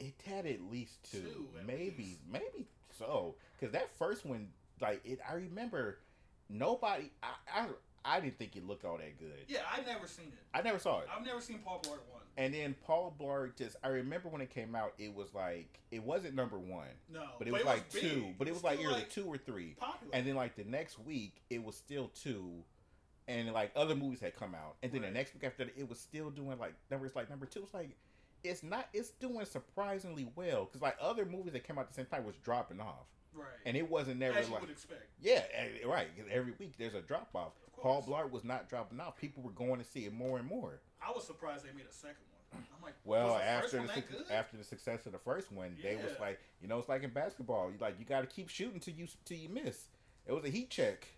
Speaker 2: it had at least two,
Speaker 1: Two, at
Speaker 2: maybe,
Speaker 1: least.
Speaker 2: maybe so. Because that first one, like it, I remember nobody. I, I, I didn't think it looked all that good.
Speaker 1: Yeah, I never seen it.
Speaker 2: I never saw it.
Speaker 1: I've never seen Paul Blart one.
Speaker 2: And then Paul Blart just I remember when it came out, it was like it wasn't number one,
Speaker 1: No,
Speaker 2: but it was like two,
Speaker 1: big.
Speaker 2: but it was like
Speaker 1: still,
Speaker 2: either two or three.
Speaker 1: popular.
Speaker 2: And then like the next week, it was still two, and like other movies had come out, and then
Speaker 1: Right.
Speaker 2: the next week after that, it was still doing like numbers like number two. It's like it's not it's doing surprisingly well because like other movies that came out at the same time was dropping off.
Speaker 1: Right.
Speaker 2: and it wasn't never
Speaker 1: As you
Speaker 2: like
Speaker 1: would expect.
Speaker 2: yeah, eh, right. 'cause Every week there's a drop off.
Speaker 1: Of course.
Speaker 2: Paul Blart was not dropping off. People were going to see it more and more.
Speaker 1: I was surprised they made a second one. I'm like,
Speaker 2: Well,
Speaker 1: was the
Speaker 2: after
Speaker 1: first
Speaker 2: the
Speaker 1: one that
Speaker 2: suc-
Speaker 1: good?
Speaker 2: after the success of the first one, they was
Speaker 1: Yeah.
Speaker 2: like, you know, it's like in basketball, you like you got to keep shooting till you till you miss. It was a heat check,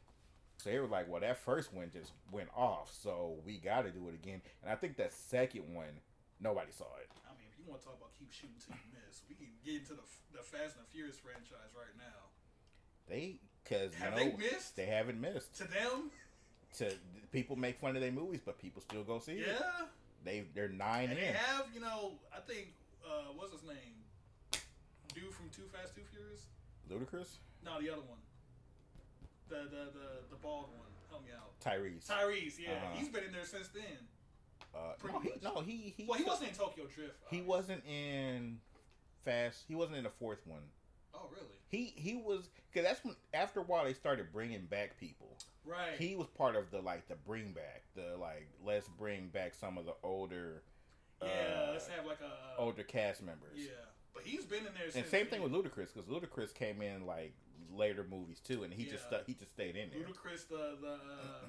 Speaker 2: so they were like, well, that first one just went off, so we got to do it again. And I think that second one, nobody saw it.
Speaker 1: I mean, if you want to talk about keep shooting till you miss, we can get into the the Fast and the Furious franchise right now.
Speaker 2: They because you
Speaker 1: Have
Speaker 2: know
Speaker 1: they
Speaker 2: they,
Speaker 1: missed?
Speaker 2: haven't missed.
Speaker 1: to them,
Speaker 2: To people make fun of their movies, but people still go see it.
Speaker 1: yeah.
Speaker 2: They they're nine
Speaker 1: And
Speaker 2: in.
Speaker 1: they have, you know, I think uh, what's his name, dude from Too Fast, Too Furious.
Speaker 2: Ludacris,
Speaker 1: No, the other one, the the the, the bald one. Help me out.
Speaker 2: Tyrese.
Speaker 1: Tyrese, yeah,
Speaker 2: Uh-huh.
Speaker 1: he's been in there since then.
Speaker 2: Uh,
Speaker 1: Pretty
Speaker 2: no, he,
Speaker 1: much.
Speaker 2: no, he he
Speaker 1: Well, he wasn't in Tokyo Drift.
Speaker 2: he
Speaker 1: obviously.
Speaker 2: wasn't in Fast. He wasn't in the fourth one.
Speaker 1: Oh, really?
Speaker 2: He he was because that's when after a while they started bringing back people.
Speaker 1: Right.
Speaker 2: He was part of the like the bring back the like let's bring back some of the older
Speaker 1: yeah.
Speaker 2: uh,
Speaker 1: let's have like a.
Speaker 2: older cast members.
Speaker 1: yeah, but he's been in there.
Speaker 2: And
Speaker 1: since
Speaker 2: same thing
Speaker 1: then.
Speaker 2: with Ludacris because Ludacris came in like later movies too, and he just
Speaker 1: Yeah.
Speaker 2: stu- he just stayed in there.
Speaker 1: Ludacris, the the uh,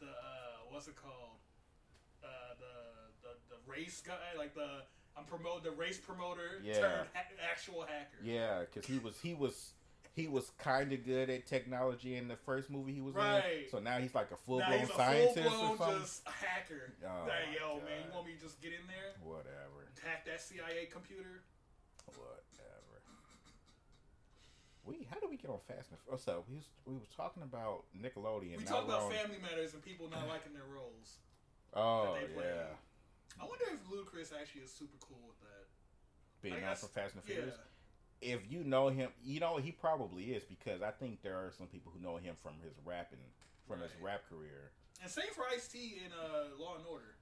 Speaker 1: the uh, what's it called? Uh, the, the the race guy, like the I'm promote the race promoter
Speaker 2: Yeah.
Speaker 1: turned ha- actual hacker.
Speaker 2: Yeah, because he was he was. He was kind of good at technology in the first movie he was in,
Speaker 1: Right.
Speaker 2: so now he's like a full
Speaker 1: now
Speaker 2: blown
Speaker 1: he's a
Speaker 2: scientist
Speaker 1: full
Speaker 2: or something.
Speaker 1: blown just hacker.
Speaker 2: Oh
Speaker 1: like,
Speaker 2: my
Speaker 1: yo, man,
Speaker 2: God.
Speaker 1: you want me to just get in there,
Speaker 2: Whatever.
Speaker 1: hack that CIA computer?
Speaker 2: Whatever. We how do we get on Fast and Furious? So we was, we was talking about Nickelodeon.
Speaker 1: we
Speaker 2: now
Speaker 1: talk
Speaker 2: we're
Speaker 1: about
Speaker 2: on-
Speaker 1: Family Matters and people not liking their roles.
Speaker 2: Oh
Speaker 1: that they play.
Speaker 2: yeah,
Speaker 1: I wonder if Ludacris actually is super cool with that.
Speaker 2: being
Speaker 1: Like,
Speaker 2: on
Speaker 1: that's-
Speaker 2: for Fast and
Speaker 1: Yeah,
Speaker 2: Furious. If you know him, you know he probably is because I think there are some people who know him from his rapping, from his
Speaker 1: Right.
Speaker 2: rap career.
Speaker 1: and same for Ice T in uh, Law and Order.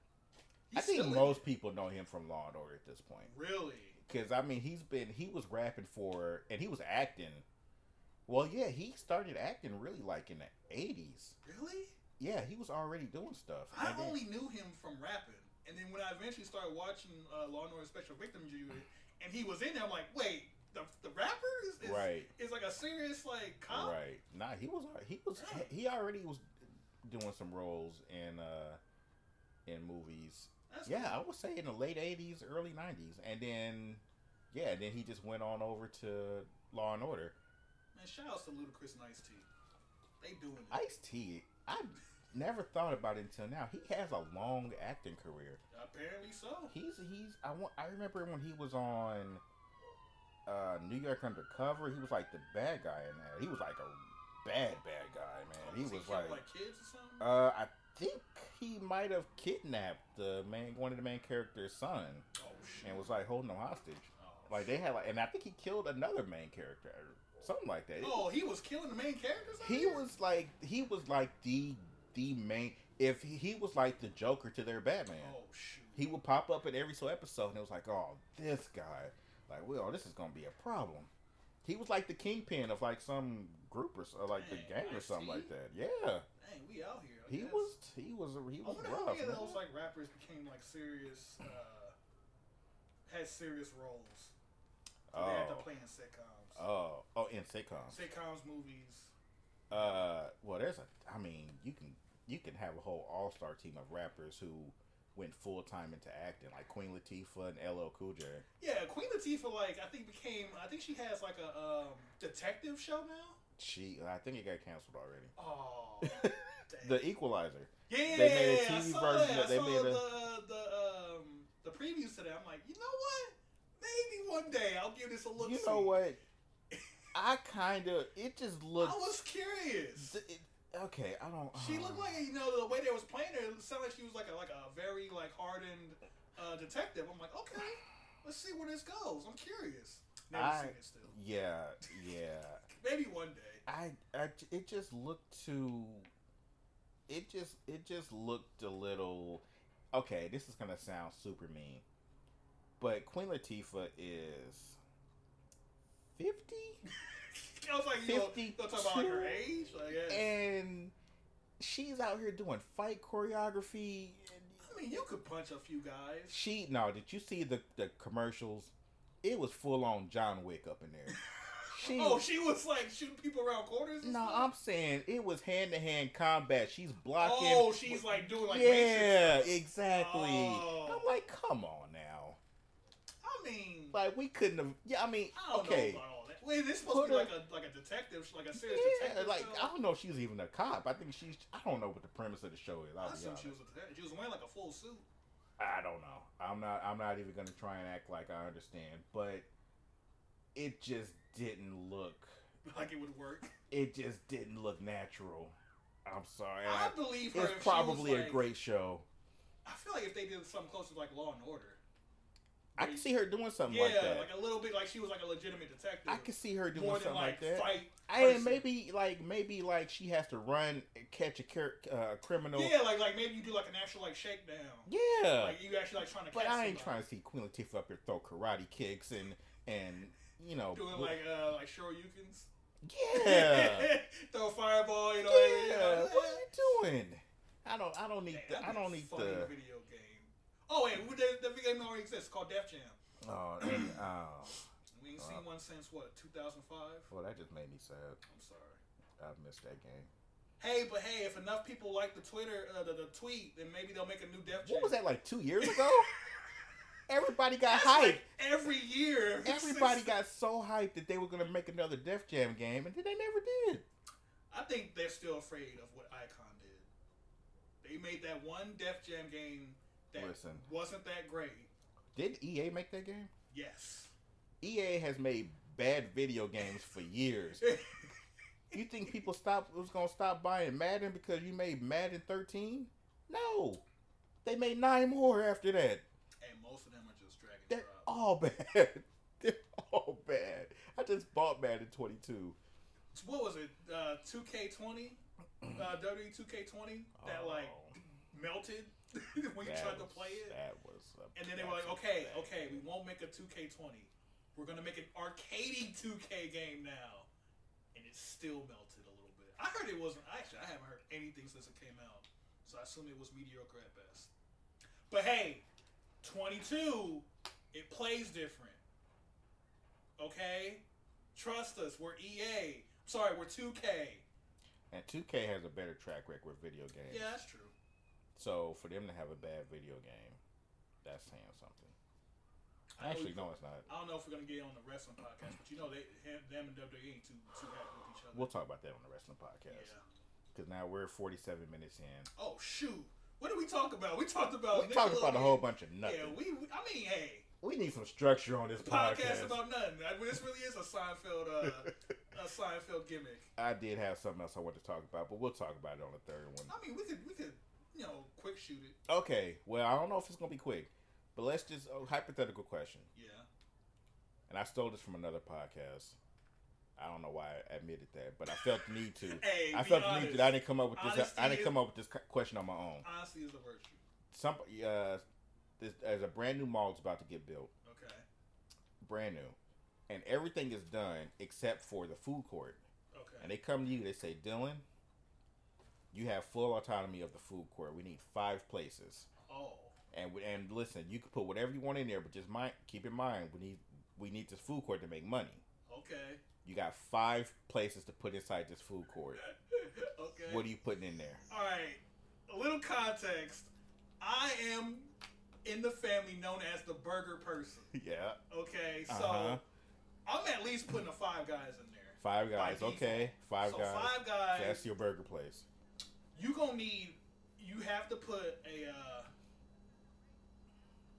Speaker 2: I think
Speaker 1: still in-
Speaker 2: most people know him from Law and Order at this point
Speaker 1: really.
Speaker 2: because I mean he's been he was rapping for and he was acting. Well, yeah, he started acting really like in the '80s.
Speaker 1: Really?
Speaker 2: Yeah, he was already doing stuff.
Speaker 1: I
Speaker 2: And then-
Speaker 1: only knew him from rapping, and then when I eventually started watching uh, Law and Order Special Victims Unit, and he was in there, I'm like, wait, the, the rapper is, is
Speaker 2: right.
Speaker 1: is like a serious like cop.
Speaker 2: Right. Nah, he was al- he was
Speaker 1: Yeah.
Speaker 2: he already was doing some roles in uh in movies.
Speaker 1: That's
Speaker 2: Yeah, I would say in the late eighties, early nineties. And then yeah, and then he just went on over to Law and Order.
Speaker 1: cool. Man, shout outs to Ludacris and Ice T. They doing it.
Speaker 2: Ice T, I never thought about it until now. He has a long acting career.
Speaker 1: Apparently so.
Speaker 2: He's he's I want I remember when he was on uh New York Undercover, he was like the bad guy in that. He was like a bad bad guy, man. He was
Speaker 1: killing,
Speaker 2: like
Speaker 1: kids or something.
Speaker 2: Uh, I think he might have kidnapped the main one of the main character's son
Speaker 1: oh shit.
Speaker 2: and was like holding him hostage.
Speaker 1: oh,
Speaker 2: Like they had like, and I think he killed another main character or something like that.
Speaker 1: oh, he was killing the main characters. out
Speaker 2: He
Speaker 1: here?
Speaker 2: was like he was like the the main. If he, he was like the Joker to their Batman,
Speaker 1: Oh shoot.
Speaker 2: he would pop up in every so episode, and it was like, oh, this guy, like, well, this is gonna be a problem. He was like the kingpin of like some group or, so- or like
Speaker 1: Dang,
Speaker 2: the gang
Speaker 1: I
Speaker 2: or something
Speaker 1: see.
Speaker 2: like that. Yeah,
Speaker 1: Dang, we out here. I
Speaker 2: he
Speaker 1: guess.
Speaker 2: was he was he
Speaker 1: I
Speaker 2: was
Speaker 1: wonder
Speaker 2: rough.
Speaker 1: how many of
Speaker 2: man.
Speaker 1: those like rappers became like serious, uh, had serious roles. So They had to
Speaker 2: Oh.
Speaker 1: play in sitcoms,
Speaker 2: Oh, oh, in sitcoms.
Speaker 1: sitcoms, movies.
Speaker 2: Uh, well, there's a. I mean, you can you can have a whole all star team of rappers who went full time into acting, like Queen Latifah and LL Cool J.
Speaker 1: Yeah, Queen Latifah like I think became I think she has like a um, detective show now.
Speaker 2: She, I think it got canceled already.
Speaker 1: Oh, dang.
Speaker 2: The Equalizer.
Speaker 1: yeah,
Speaker 2: they made a
Speaker 1: I
Speaker 2: TV
Speaker 1: saw
Speaker 2: version
Speaker 1: That.
Speaker 2: of- they
Speaker 1: I saw
Speaker 2: made a-
Speaker 1: the the um the previews today. I'm like, you know what? Maybe one day I'll give this a look.
Speaker 2: you know what? I kind of it just
Speaker 1: I
Speaker 2: looked.
Speaker 1: was curious.
Speaker 2: th- Oh. it- okay, I don't. um,
Speaker 1: She looked like you know the way they was playing her. It sounded like she was like a like a very like hardened uh, detective. I'm like, okay, let's see where this goes. I'm curious. Never
Speaker 2: I-
Speaker 1: seen it still.
Speaker 2: Yeah, yeah.
Speaker 1: Maybe one day.
Speaker 2: I, I j- it just looked too it just it just looked a little okay this is gonna sound super mean but queen latifah is 50
Speaker 1: I was like, you know,
Speaker 2: 52?
Speaker 1: they'll talk about like, her age. Like, yeah.
Speaker 2: and she's out here doing fight choreography
Speaker 1: I mean, you could punch a few guys.
Speaker 2: she no did you see the the commercials it was full-on john wick up in there She
Speaker 1: Oh, she was like shooting people around corners. and
Speaker 2: No,
Speaker 1: stuff?
Speaker 2: I'm saying it was hand to hand combat. She's blocking.
Speaker 1: Oh, she's like doing like matrix.
Speaker 2: yeah, exactly.
Speaker 1: Oh.
Speaker 2: I'm like, come on now.
Speaker 1: I mean,
Speaker 2: Like we couldn't have. Yeah, I mean,
Speaker 1: I don't
Speaker 2: okay.
Speaker 1: know about all that. Wait, this supposed
Speaker 2: Put
Speaker 1: to be
Speaker 2: her-
Speaker 1: like a like a detective, like a serious
Speaker 2: Yeah,
Speaker 1: detective.
Speaker 2: like
Speaker 1: show?
Speaker 2: I don't know if she's even a cop. I think she's. I don't know what the premise of the show is. I'll
Speaker 1: I
Speaker 2: be
Speaker 1: assume
Speaker 2: honest.
Speaker 1: she was a detective. She was wearing like a full suit.
Speaker 2: I don't know. I'm not. I'm not even gonna try and act like I understand. But it just didn't look.
Speaker 1: Like it would work.
Speaker 2: It just didn't look natural. I'm sorry.
Speaker 1: I
Speaker 2: I-
Speaker 1: believe her. if she
Speaker 2: it's
Speaker 1: was,
Speaker 2: probably a
Speaker 1: like-
Speaker 2: great show.
Speaker 1: I feel like if they did something close to like Law and Order.
Speaker 2: I can see her doing something
Speaker 1: Yeah,
Speaker 2: like that.
Speaker 1: like a little bit, like she was like a legitimate detective.
Speaker 2: I could see her doing
Speaker 1: more
Speaker 2: something
Speaker 1: than like,
Speaker 2: like, that.
Speaker 1: fight. person.
Speaker 2: and maybe like maybe like she has to run and catch a car- uh, criminal.
Speaker 1: Yeah, like like maybe you do like an actual like shakedown.
Speaker 2: Yeah.
Speaker 1: Like you actually like trying to.
Speaker 2: but
Speaker 1: catch
Speaker 2: I ain't
Speaker 1: somebody.
Speaker 2: trying to see Queen Latifah up here throw karate kicks and and you know
Speaker 1: Doing
Speaker 2: bl-
Speaker 1: like uh like Shoryukens.
Speaker 2: yeah.
Speaker 1: Throw a fireball, you know. like, you
Speaker 2: Yeah,
Speaker 1: know,
Speaker 2: what are you doing? I don't. I don't
Speaker 1: eh.
Speaker 2: need.
Speaker 1: Man,
Speaker 2: the, I
Speaker 1: that'd
Speaker 2: don't
Speaker 1: be a
Speaker 2: need
Speaker 1: funny
Speaker 2: the.
Speaker 1: video game. Oh wait, we- the, the video game already exists called Def Jam.
Speaker 2: Oh, and, oh,
Speaker 1: We ain't
Speaker 2: Uh,
Speaker 1: seen one since what 2005. I'm
Speaker 2: well, that just made me sad.
Speaker 1: sorry.
Speaker 2: I missed that game.
Speaker 1: Hey, but hey, if enough people like the Twitter, uh, the, the tweet, then maybe they'll make a new Def Jam.
Speaker 2: What was that like two years ago? Everybody
Speaker 1: That's
Speaker 2: got hyped.
Speaker 1: like every year.
Speaker 2: Everybody got so hyped that they were gonna make another Def Jam game, and then they never did.
Speaker 1: I think they're still afraid of what Icon did. They made that one Def Jam game that
Speaker 2: Listen.
Speaker 1: wasn't that great.
Speaker 2: Did EA make that game?
Speaker 1: Yes.
Speaker 2: EA has made bad video games for years. You think people stop was gonna stop buying Madden because you made Madden 13? No, they made nine more after that.
Speaker 1: and most of them are just drag and
Speaker 2: They're
Speaker 1: drop.
Speaker 2: all bad. They're all bad. I just bought Madden 22.
Speaker 1: So What was it? Uh, 2K20? Uh, W2K20? That like
Speaker 2: Oh,
Speaker 1: melted when you
Speaker 2: that
Speaker 1: tried to
Speaker 2: was-
Speaker 1: play it?
Speaker 2: That was. a-
Speaker 1: And then they were
Speaker 2: that's
Speaker 1: like,
Speaker 2: a
Speaker 1: okay,
Speaker 2: bad
Speaker 1: okay, we
Speaker 2: game.
Speaker 1: won't make a 2K20. We're going to make an arcadey 2K game now. And it still melted a little bit. I heard it wasn't. Actually, I haven't heard anything since it came out. So I assume it was mediocre at best. But hey, 22, it plays different. Okay? Trust us, we're EA. Sorry, we're 2K.
Speaker 2: And 2K has a better track record with video games.
Speaker 1: Yeah, that's true.
Speaker 2: So for them to have a bad video game, that's saying something.
Speaker 1: I know
Speaker 2: Actually,
Speaker 1: we-
Speaker 2: no, it's not.
Speaker 1: I don't know if we're gonna get on the wrestling podcast, but you know they him- them and WWE ain't too too happy with each other.
Speaker 2: We'll talk about that on the wrestling podcast
Speaker 1: yeah.
Speaker 2: because now we're 47 minutes in.
Speaker 1: Oh shoot! What did we talk about? We talked about
Speaker 2: we talked about a whole
Speaker 1: Nickelodeon.
Speaker 2: bunch of nothing.
Speaker 1: Yeah, Oh, we, we. I mean, hey,
Speaker 2: we, need some structure on this
Speaker 1: podcast
Speaker 2: podcast.
Speaker 1: about nothing. I mean, this really is a Seinfeld, uh, a Seinfeld gimmick.
Speaker 2: I did have something else I wanted to talk about, but we'll talk about it on the third one.
Speaker 1: I mean, we could, we could, you know, quick shoot it.
Speaker 2: Okay, well, I don't know if it's gonna be quick, but let's just oh, hypothetical question.
Speaker 1: Yeah.
Speaker 2: And I stole this from another podcast. I don't know why I admitted that, but I felt the need to.
Speaker 1: Hey,
Speaker 2: I
Speaker 1: be
Speaker 2: felt the
Speaker 1: honest.
Speaker 2: need that I didn't come up with this.
Speaker 1: Honesty
Speaker 2: I didn't
Speaker 1: is-
Speaker 2: come up with this cu- question on my own.
Speaker 1: Honesty is a virtue.
Speaker 2: Some uh, there's, there's a brand new mall that's about to get built,
Speaker 1: Okay.
Speaker 2: brand new, and everything is done except for the food court.
Speaker 1: Okay.
Speaker 2: And they come to you, they say, Dylan, you have full autonomy of the food court. We need five places.
Speaker 1: oh.
Speaker 2: And we- and listen, you can put whatever you want in there, but just mind keep in mind we need we need this food court to make money.
Speaker 1: Okay.
Speaker 2: You got five places to put inside this food court.
Speaker 1: okay.
Speaker 2: What are you putting in there?
Speaker 1: All right. A little context. I am in the family known as the burger person.
Speaker 2: Yeah,
Speaker 1: Okay, so
Speaker 2: Uh-huh.
Speaker 1: I'm at least putting a five guys in there.
Speaker 2: five guys.
Speaker 1: default.
Speaker 2: Okay, five
Speaker 1: so
Speaker 2: guys.
Speaker 1: five guys.
Speaker 2: So that's your burger place.
Speaker 1: you gonna need. You have to put a uh,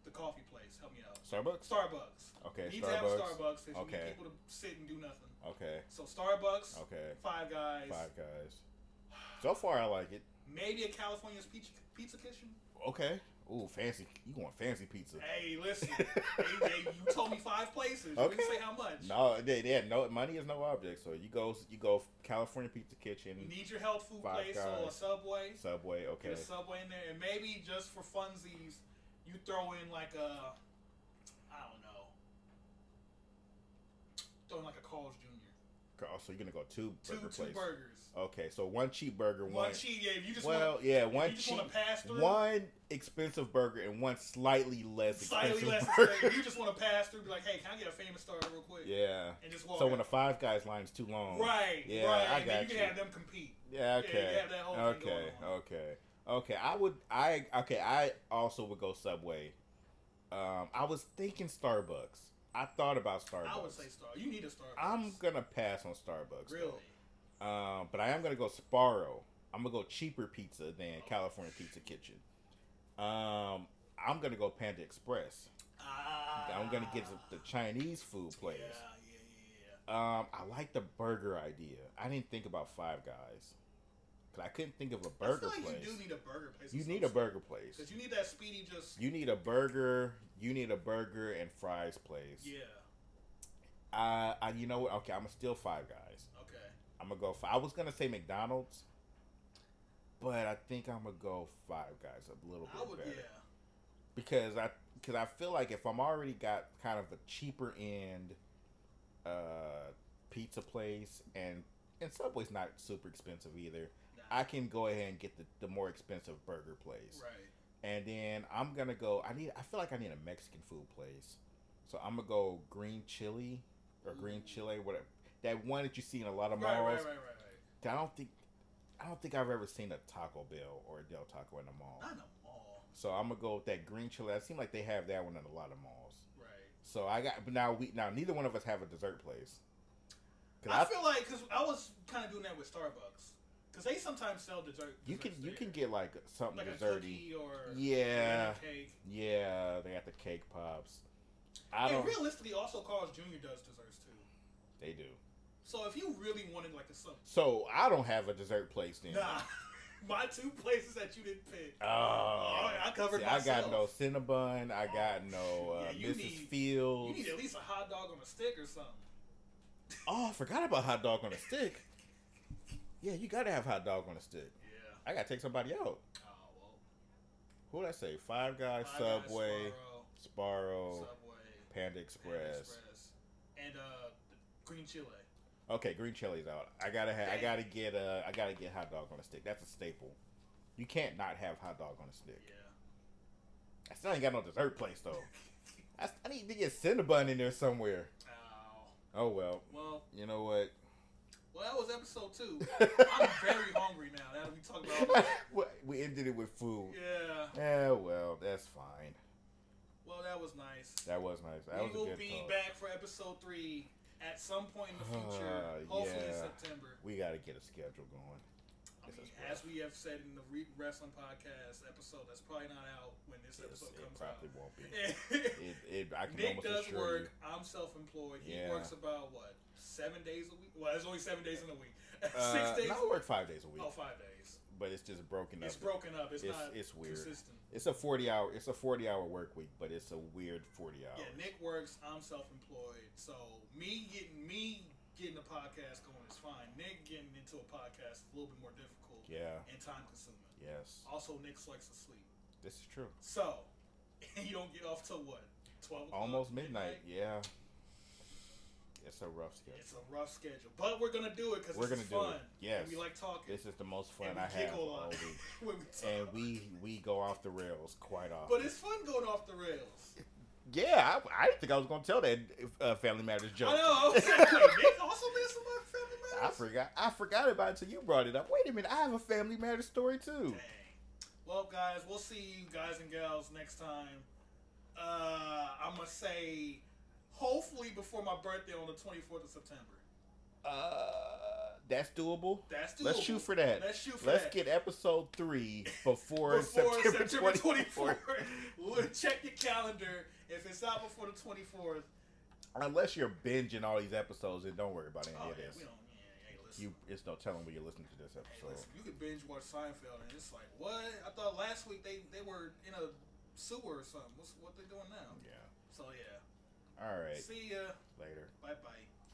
Speaker 1: the coffee place. Help me out.
Speaker 2: Starbucks.
Speaker 1: Starbucks.
Speaker 2: Okay,
Speaker 1: need to have
Speaker 2: Starbucks.
Speaker 1: a Starbucks. 'cause You
Speaker 2: Okay.
Speaker 1: need people to sit and do nothing.
Speaker 2: Okay,
Speaker 1: So Starbucks.
Speaker 2: okay.
Speaker 1: Five guys.
Speaker 2: Five guys. So far, I like it.
Speaker 1: Maybe a California's pizza, pizza kitchen.
Speaker 2: Okay. Ooh, fancy. You want fancy pizza?
Speaker 1: Hey, listen. hey, hey, you told me five places. You
Speaker 2: Okay.
Speaker 1: didn't say how much.
Speaker 2: No, they, they had no money is no object. So you go you go California Pizza
Speaker 1: You
Speaker 2: Kitchen,
Speaker 1: need your health food
Speaker 2: Five
Speaker 1: place or a
Speaker 2: guys.
Speaker 1: Subway.
Speaker 2: Subway. Okay,
Speaker 1: Get a subway in there, and maybe just for funsies, you throw in like a, I don't know, throw in like a Carl's Jr.
Speaker 2: Okay, oh, so you're gonna go two
Speaker 1: Two
Speaker 2: burger
Speaker 1: two
Speaker 2: places.
Speaker 1: burgers.
Speaker 2: Okay, so one cheap burger, one,
Speaker 1: One cheese. Yeah, if you just
Speaker 2: well,
Speaker 1: want
Speaker 2: yeah,
Speaker 1: to,
Speaker 2: one
Speaker 1: you just
Speaker 2: cheap,
Speaker 1: want to pass through.
Speaker 2: one expensive burger and one slightly less
Speaker 1: slightly
Speaker 2: expensive
Speaker 1: less.
Speaker 2: burger.
Speaker 1: expensive. You just want to pass through. Be like, hey, can I get a famous star real quick?
Speaker 2: yeah.
Speaker 1: And just walk.
Speaker 2: So
Speaker 1: out.
Speaker 2: when the Five Guys line's too long,
Speaker 1: right,
Speaker 2: Yeah,
Speaker 1: right.
Speaker 2: I
Speaker 1: and then you
Speaker 2: got you.
Speaker 1: can have them compete.
Speaker 2: Yeah.
Speaker 1: you
Speaker 2: Okay.
Speaker 1: have that whole thing
Speaker 2: okay.
Speaker 1: going on.
Speaker 2: Okay. Okay. I would. I okay. I also would go Subway. Um, I was thinking Starbucks. I thought about Starbucks.
Speaker 1: I would say star. You need a Starbucks.
Speaker 2: I'm gonna pass on Starbucks. though.
Speaker 1: really.
Speaker 2: Um, but I am gonna go Sparrow. I'm gonna go cheaper pizza than California Pizza Kitchen. Um, I'm gonna go Panda Express. I'm gonna get
Speaker 1: Ah.
Speaker 2: the, the Chinese food place.
Speaker 1: Yeah, yeah, yeah, yeah.
Speaker 2: Um, I like the burger idea. I didn't think about Five Guys, cause I couldn't think of a
Speaker 1: I
Speaker 2: burger
Speaker 1: feel like
Speaker 2: place.
Speaker 1: you do need a burger place.
Speaker 2: You need a burger place.
Speaker 1: because you need that speedy just.
Speaker 2: You need a burger. You need a burger and fries place.
Speaker 1: Yeah.
Speaker 2: Uh, I, you know what? Okay, I'm gonna steal Five Guys.
Speaker 1: Okay.
Speaker 2: I'm gonna go. For, I was gonna say McDonald's, but I think I'm gonna go Five Guys a little
Speaker 1: I
Speaker 2: bit
Speaker 1: would.
Speaker 2: better
Speaker 1: Yeah.
Speaker 2: because I because I feel like if I'm already got kind of a cheaper end, uh, pizza place and and Subway's not super expensive either.
Speaker 1: Nah,
Speaker 2: I can go ahead and get the, the more expensive burger place.
Speaker 1: right.
Speaker 2: And then I'm gonna go. I need. I feel like I need a Mexican food place, so I'm gonna go green chili or green
Speaker 1: Ooh.
Speaker 2: chili, whatever. That one that you see in a lot of
Speaker 1: Mm. Right,
Speaker 2: malls.
Speaker 1: right, right, right, right.
Speaker 2: I don't think. I don't think I've ever seen a Taco Bell or a Del Taco in a mall.
Speaker 1: Not in a mall.
Speaker 2: So I'm gonna go with that green chili. It seems like they have that one in a lot of malls.
Speaker 1: Right.
Speaker 2: So I got. But now we now neither one of us have a dessert place. 'Cause
Speaker 1: I,
Speaker 2: I-
Speaker 1: feel like because I was kind of doing that with Starbucks because they sometimes sell dessert.
Speaker 2: you can
Speaker 1: desserts
Speaker 2: you
Speaker 1: there.
Speaker 2: can get like something
Speaker 1: like a
Speaker 2: desserty.
Speaker 1: cookie or
Speaker 2: Yeah.
Speaker 1: banana cake.
Speaker 2: Yeah, they got the cake pops. I
Speaker 1: And
Speaker 2: don't.
Speaker 1: realistically, also Carl's Jr. does desserts too.
Speaker 2: They do.
Speaker 1: So if you really wanted like a something,
Speaker 2: So I don't have a dessert place then.
Speaker 1: nah, my two places that you didn't pick.
Speaker 2: Oh,
Speaker 1: I covered
Speaker 2: see, I
Speaker 1: myself.
Speaker 2: got no Cinnabon. I got no uh,
Speaker 1: Yeah, you
Speaker 2: Mrs.
Speaker 1: need- You
Speaker 2: Fields.
Speaker 1: need at least a hot dog on a stick or something.
Speaker 2: Oh, I forgot about hot dog on a stick. Yeah, you gotta have hot dog on a stick.
Speaker 1: Yeah.
Speaker 2: I gotta take somebody out.
Speaker 1: Oh well.
Speaker 2: Who would I say? Five Guys,
Speaker 1: Five Guys,
Speaker 2: Subway,
Speaker 1: Sparrow,
Speaker 2: Sparrow,
Speaker 1: Subway,
Speaker 2: Panda
Speaker 1: Panda
Speaker 2: Express.
Speaker 1: Express, and uh, the green chile.
Speaker 2: Okay, green chili's out. I gotta have. I
Speaker 1: Dang.
Speaker 2: gotta get. Uh, I gotta get hot dog on a stick. That's a staple. You can't not have hot dog on a stick.
Speaker 1: Yeah.
Speaker 2: I still ain't got no dessert place though. I, I need to get Cinnabon in there somewhere.
Speaker 1: Oh
Speaker 2: Oh well,
Speaker 1: well.
Speaker 2: you know what?
Speaker 1: Well, that was episode two. I'm very hungry now. Now that we talk about.
Speaker 2: What- we ended it with food.
Speaker 1: Yeah.
Speaker 2: Yeah, well, that's fine.
Speaker 1: Well, that was nice.
Speaker 2: That was nice. That
Speaker 1: we
Speaker 2: was a
Speaker 1: will
Speaker 2: good
Speaker 1: be
Speaker 2: talk.
Speaker 1: back for episode three at some point in the future,
Speaker 2: Ah,
Speaker 1: hopefully in
Speaker 2: yeah.
Speaker 1: September.
Speaker 2: We gotta get a schedule going.
Speaker 1: I
Speaker 2: This
Speaker 1: mean,
Speaker 2: is rough.
Speaker 1: as we have said in the re- wrestling podcast episode, that's probably not out when this
Speaker 2: Yes,
Speaker 1: episode
Speaker 2: it
Speaker 1: comes
Speaker 2: probably
Speaker 1: out.
Speaker 2: won't be. It, it, I can
Speaker 1: Nick
Speaker 2: almost
Speaker 1: does
Speaker 2: assure
Speaker 1: work. I'm self-employed. He
Speaker 2: Yeah.
Speaker 1: works about what seven days a week. Well, it's only seven days in a week.
Speaker 2: you. Uh,
Speaker 1: Six days.
Speaker 2: no, I work five days a week,
Speaker 1: Oh, five days.
Speaker 2: but it's just broken up.
Speaker 1: It's broken up. It's,
Speaker 2: It's-
Speaker 1: not.
Speaker 2: it's weird.
Speaker 1: Consistent.
Speaker 2: It's a forty hour. It's a forty hour work week, but it's a weird forty hours.
Speaker 1: Yeah, Nick works. I'm self-employed. So me getting me getting a podcast going is fine. Nick getting into a podcast is a little bit more difficult
Speaker 2: Yeah.
Speaker 1: and time-consuming.
Speaker 2: Yes.
Speaker 1: Also, Nick likes to sleep.
Speaker 2: This is true.
Speaker 1: So you don't get off till what? Twelve. o'clock,
Speaker 2: Almost midnight. Yeah. It's a rough schedule.
Speaker 1: It's a rough schedule, but we're gonna do it because
Speaker 2: We're gonna do
Speaker 1: fun.
Speaker 2: it. Yes.
Speaker 1: And we like talking.
Speaker 2: This is the most fun
Speaker 1: and we
Speaker 2: I have
Speaker 1: giggle a lot
Speaker 2: all week.
Speaker 1: when we talk.
Speaker 2: and we we go off the rails quite often.
Speaker 1: But it's fun going off the rails.
Speaker 2: yeah, I, I didn't think I was gonna tell that uh, Family Matters joke.
Speaker 1: I know. I was like, wait, Nick also made some of my
Speaker 2: I
Speaker 1: family matters.
Speaker 2: forgot. I forgot about it until you brought it up. Wait a minute, I have a Family Matters story too.
Speaker 1: Dang. Well, guys, we'll see you guys and gals next time. Uh, I'm gonna say, hopefully before my birthday on the 24th of September.
Speaker 2: Uh, that's doable.
Speaker 1: That's doable.
Speaker 2: Let's shoot for that.
Speaker 1: Let's shoot for
Speaker 2: Let's
Speaker 1: that.
Speaker 2: get episode three before,
Speaker 1: before
Speaker 2: September,
Speaker 1: September
Speaker 2: 24th.
Speaker 1: 24th. Look, Check your calendar. If it's out before the oh, 24th,
Speaker 2: Unless you're binging all these episodes, then don't worry about any
Speaker 1: oh,
Speaker 2: of
Speaker 1: yeah,
Speaker 2: this.
Speaker 1: we don't. Yeah, hey, listen.
Speaker 2: You, it's no telling where you're listening to this
Speaker 1: hey,
Speaker 2: episode.
Speaker 1: listen. You can binge watch Seinfeld, and it's like, what? I thought last week they, they were in a sewer or something. What's what they doing now?
Speaker 2: yeah.
Speaker 1: So yeah.
Speaker 2: All right.
Speaker 1: See ya.
Speaker 2: Later.
Speaker 1: Bye bye.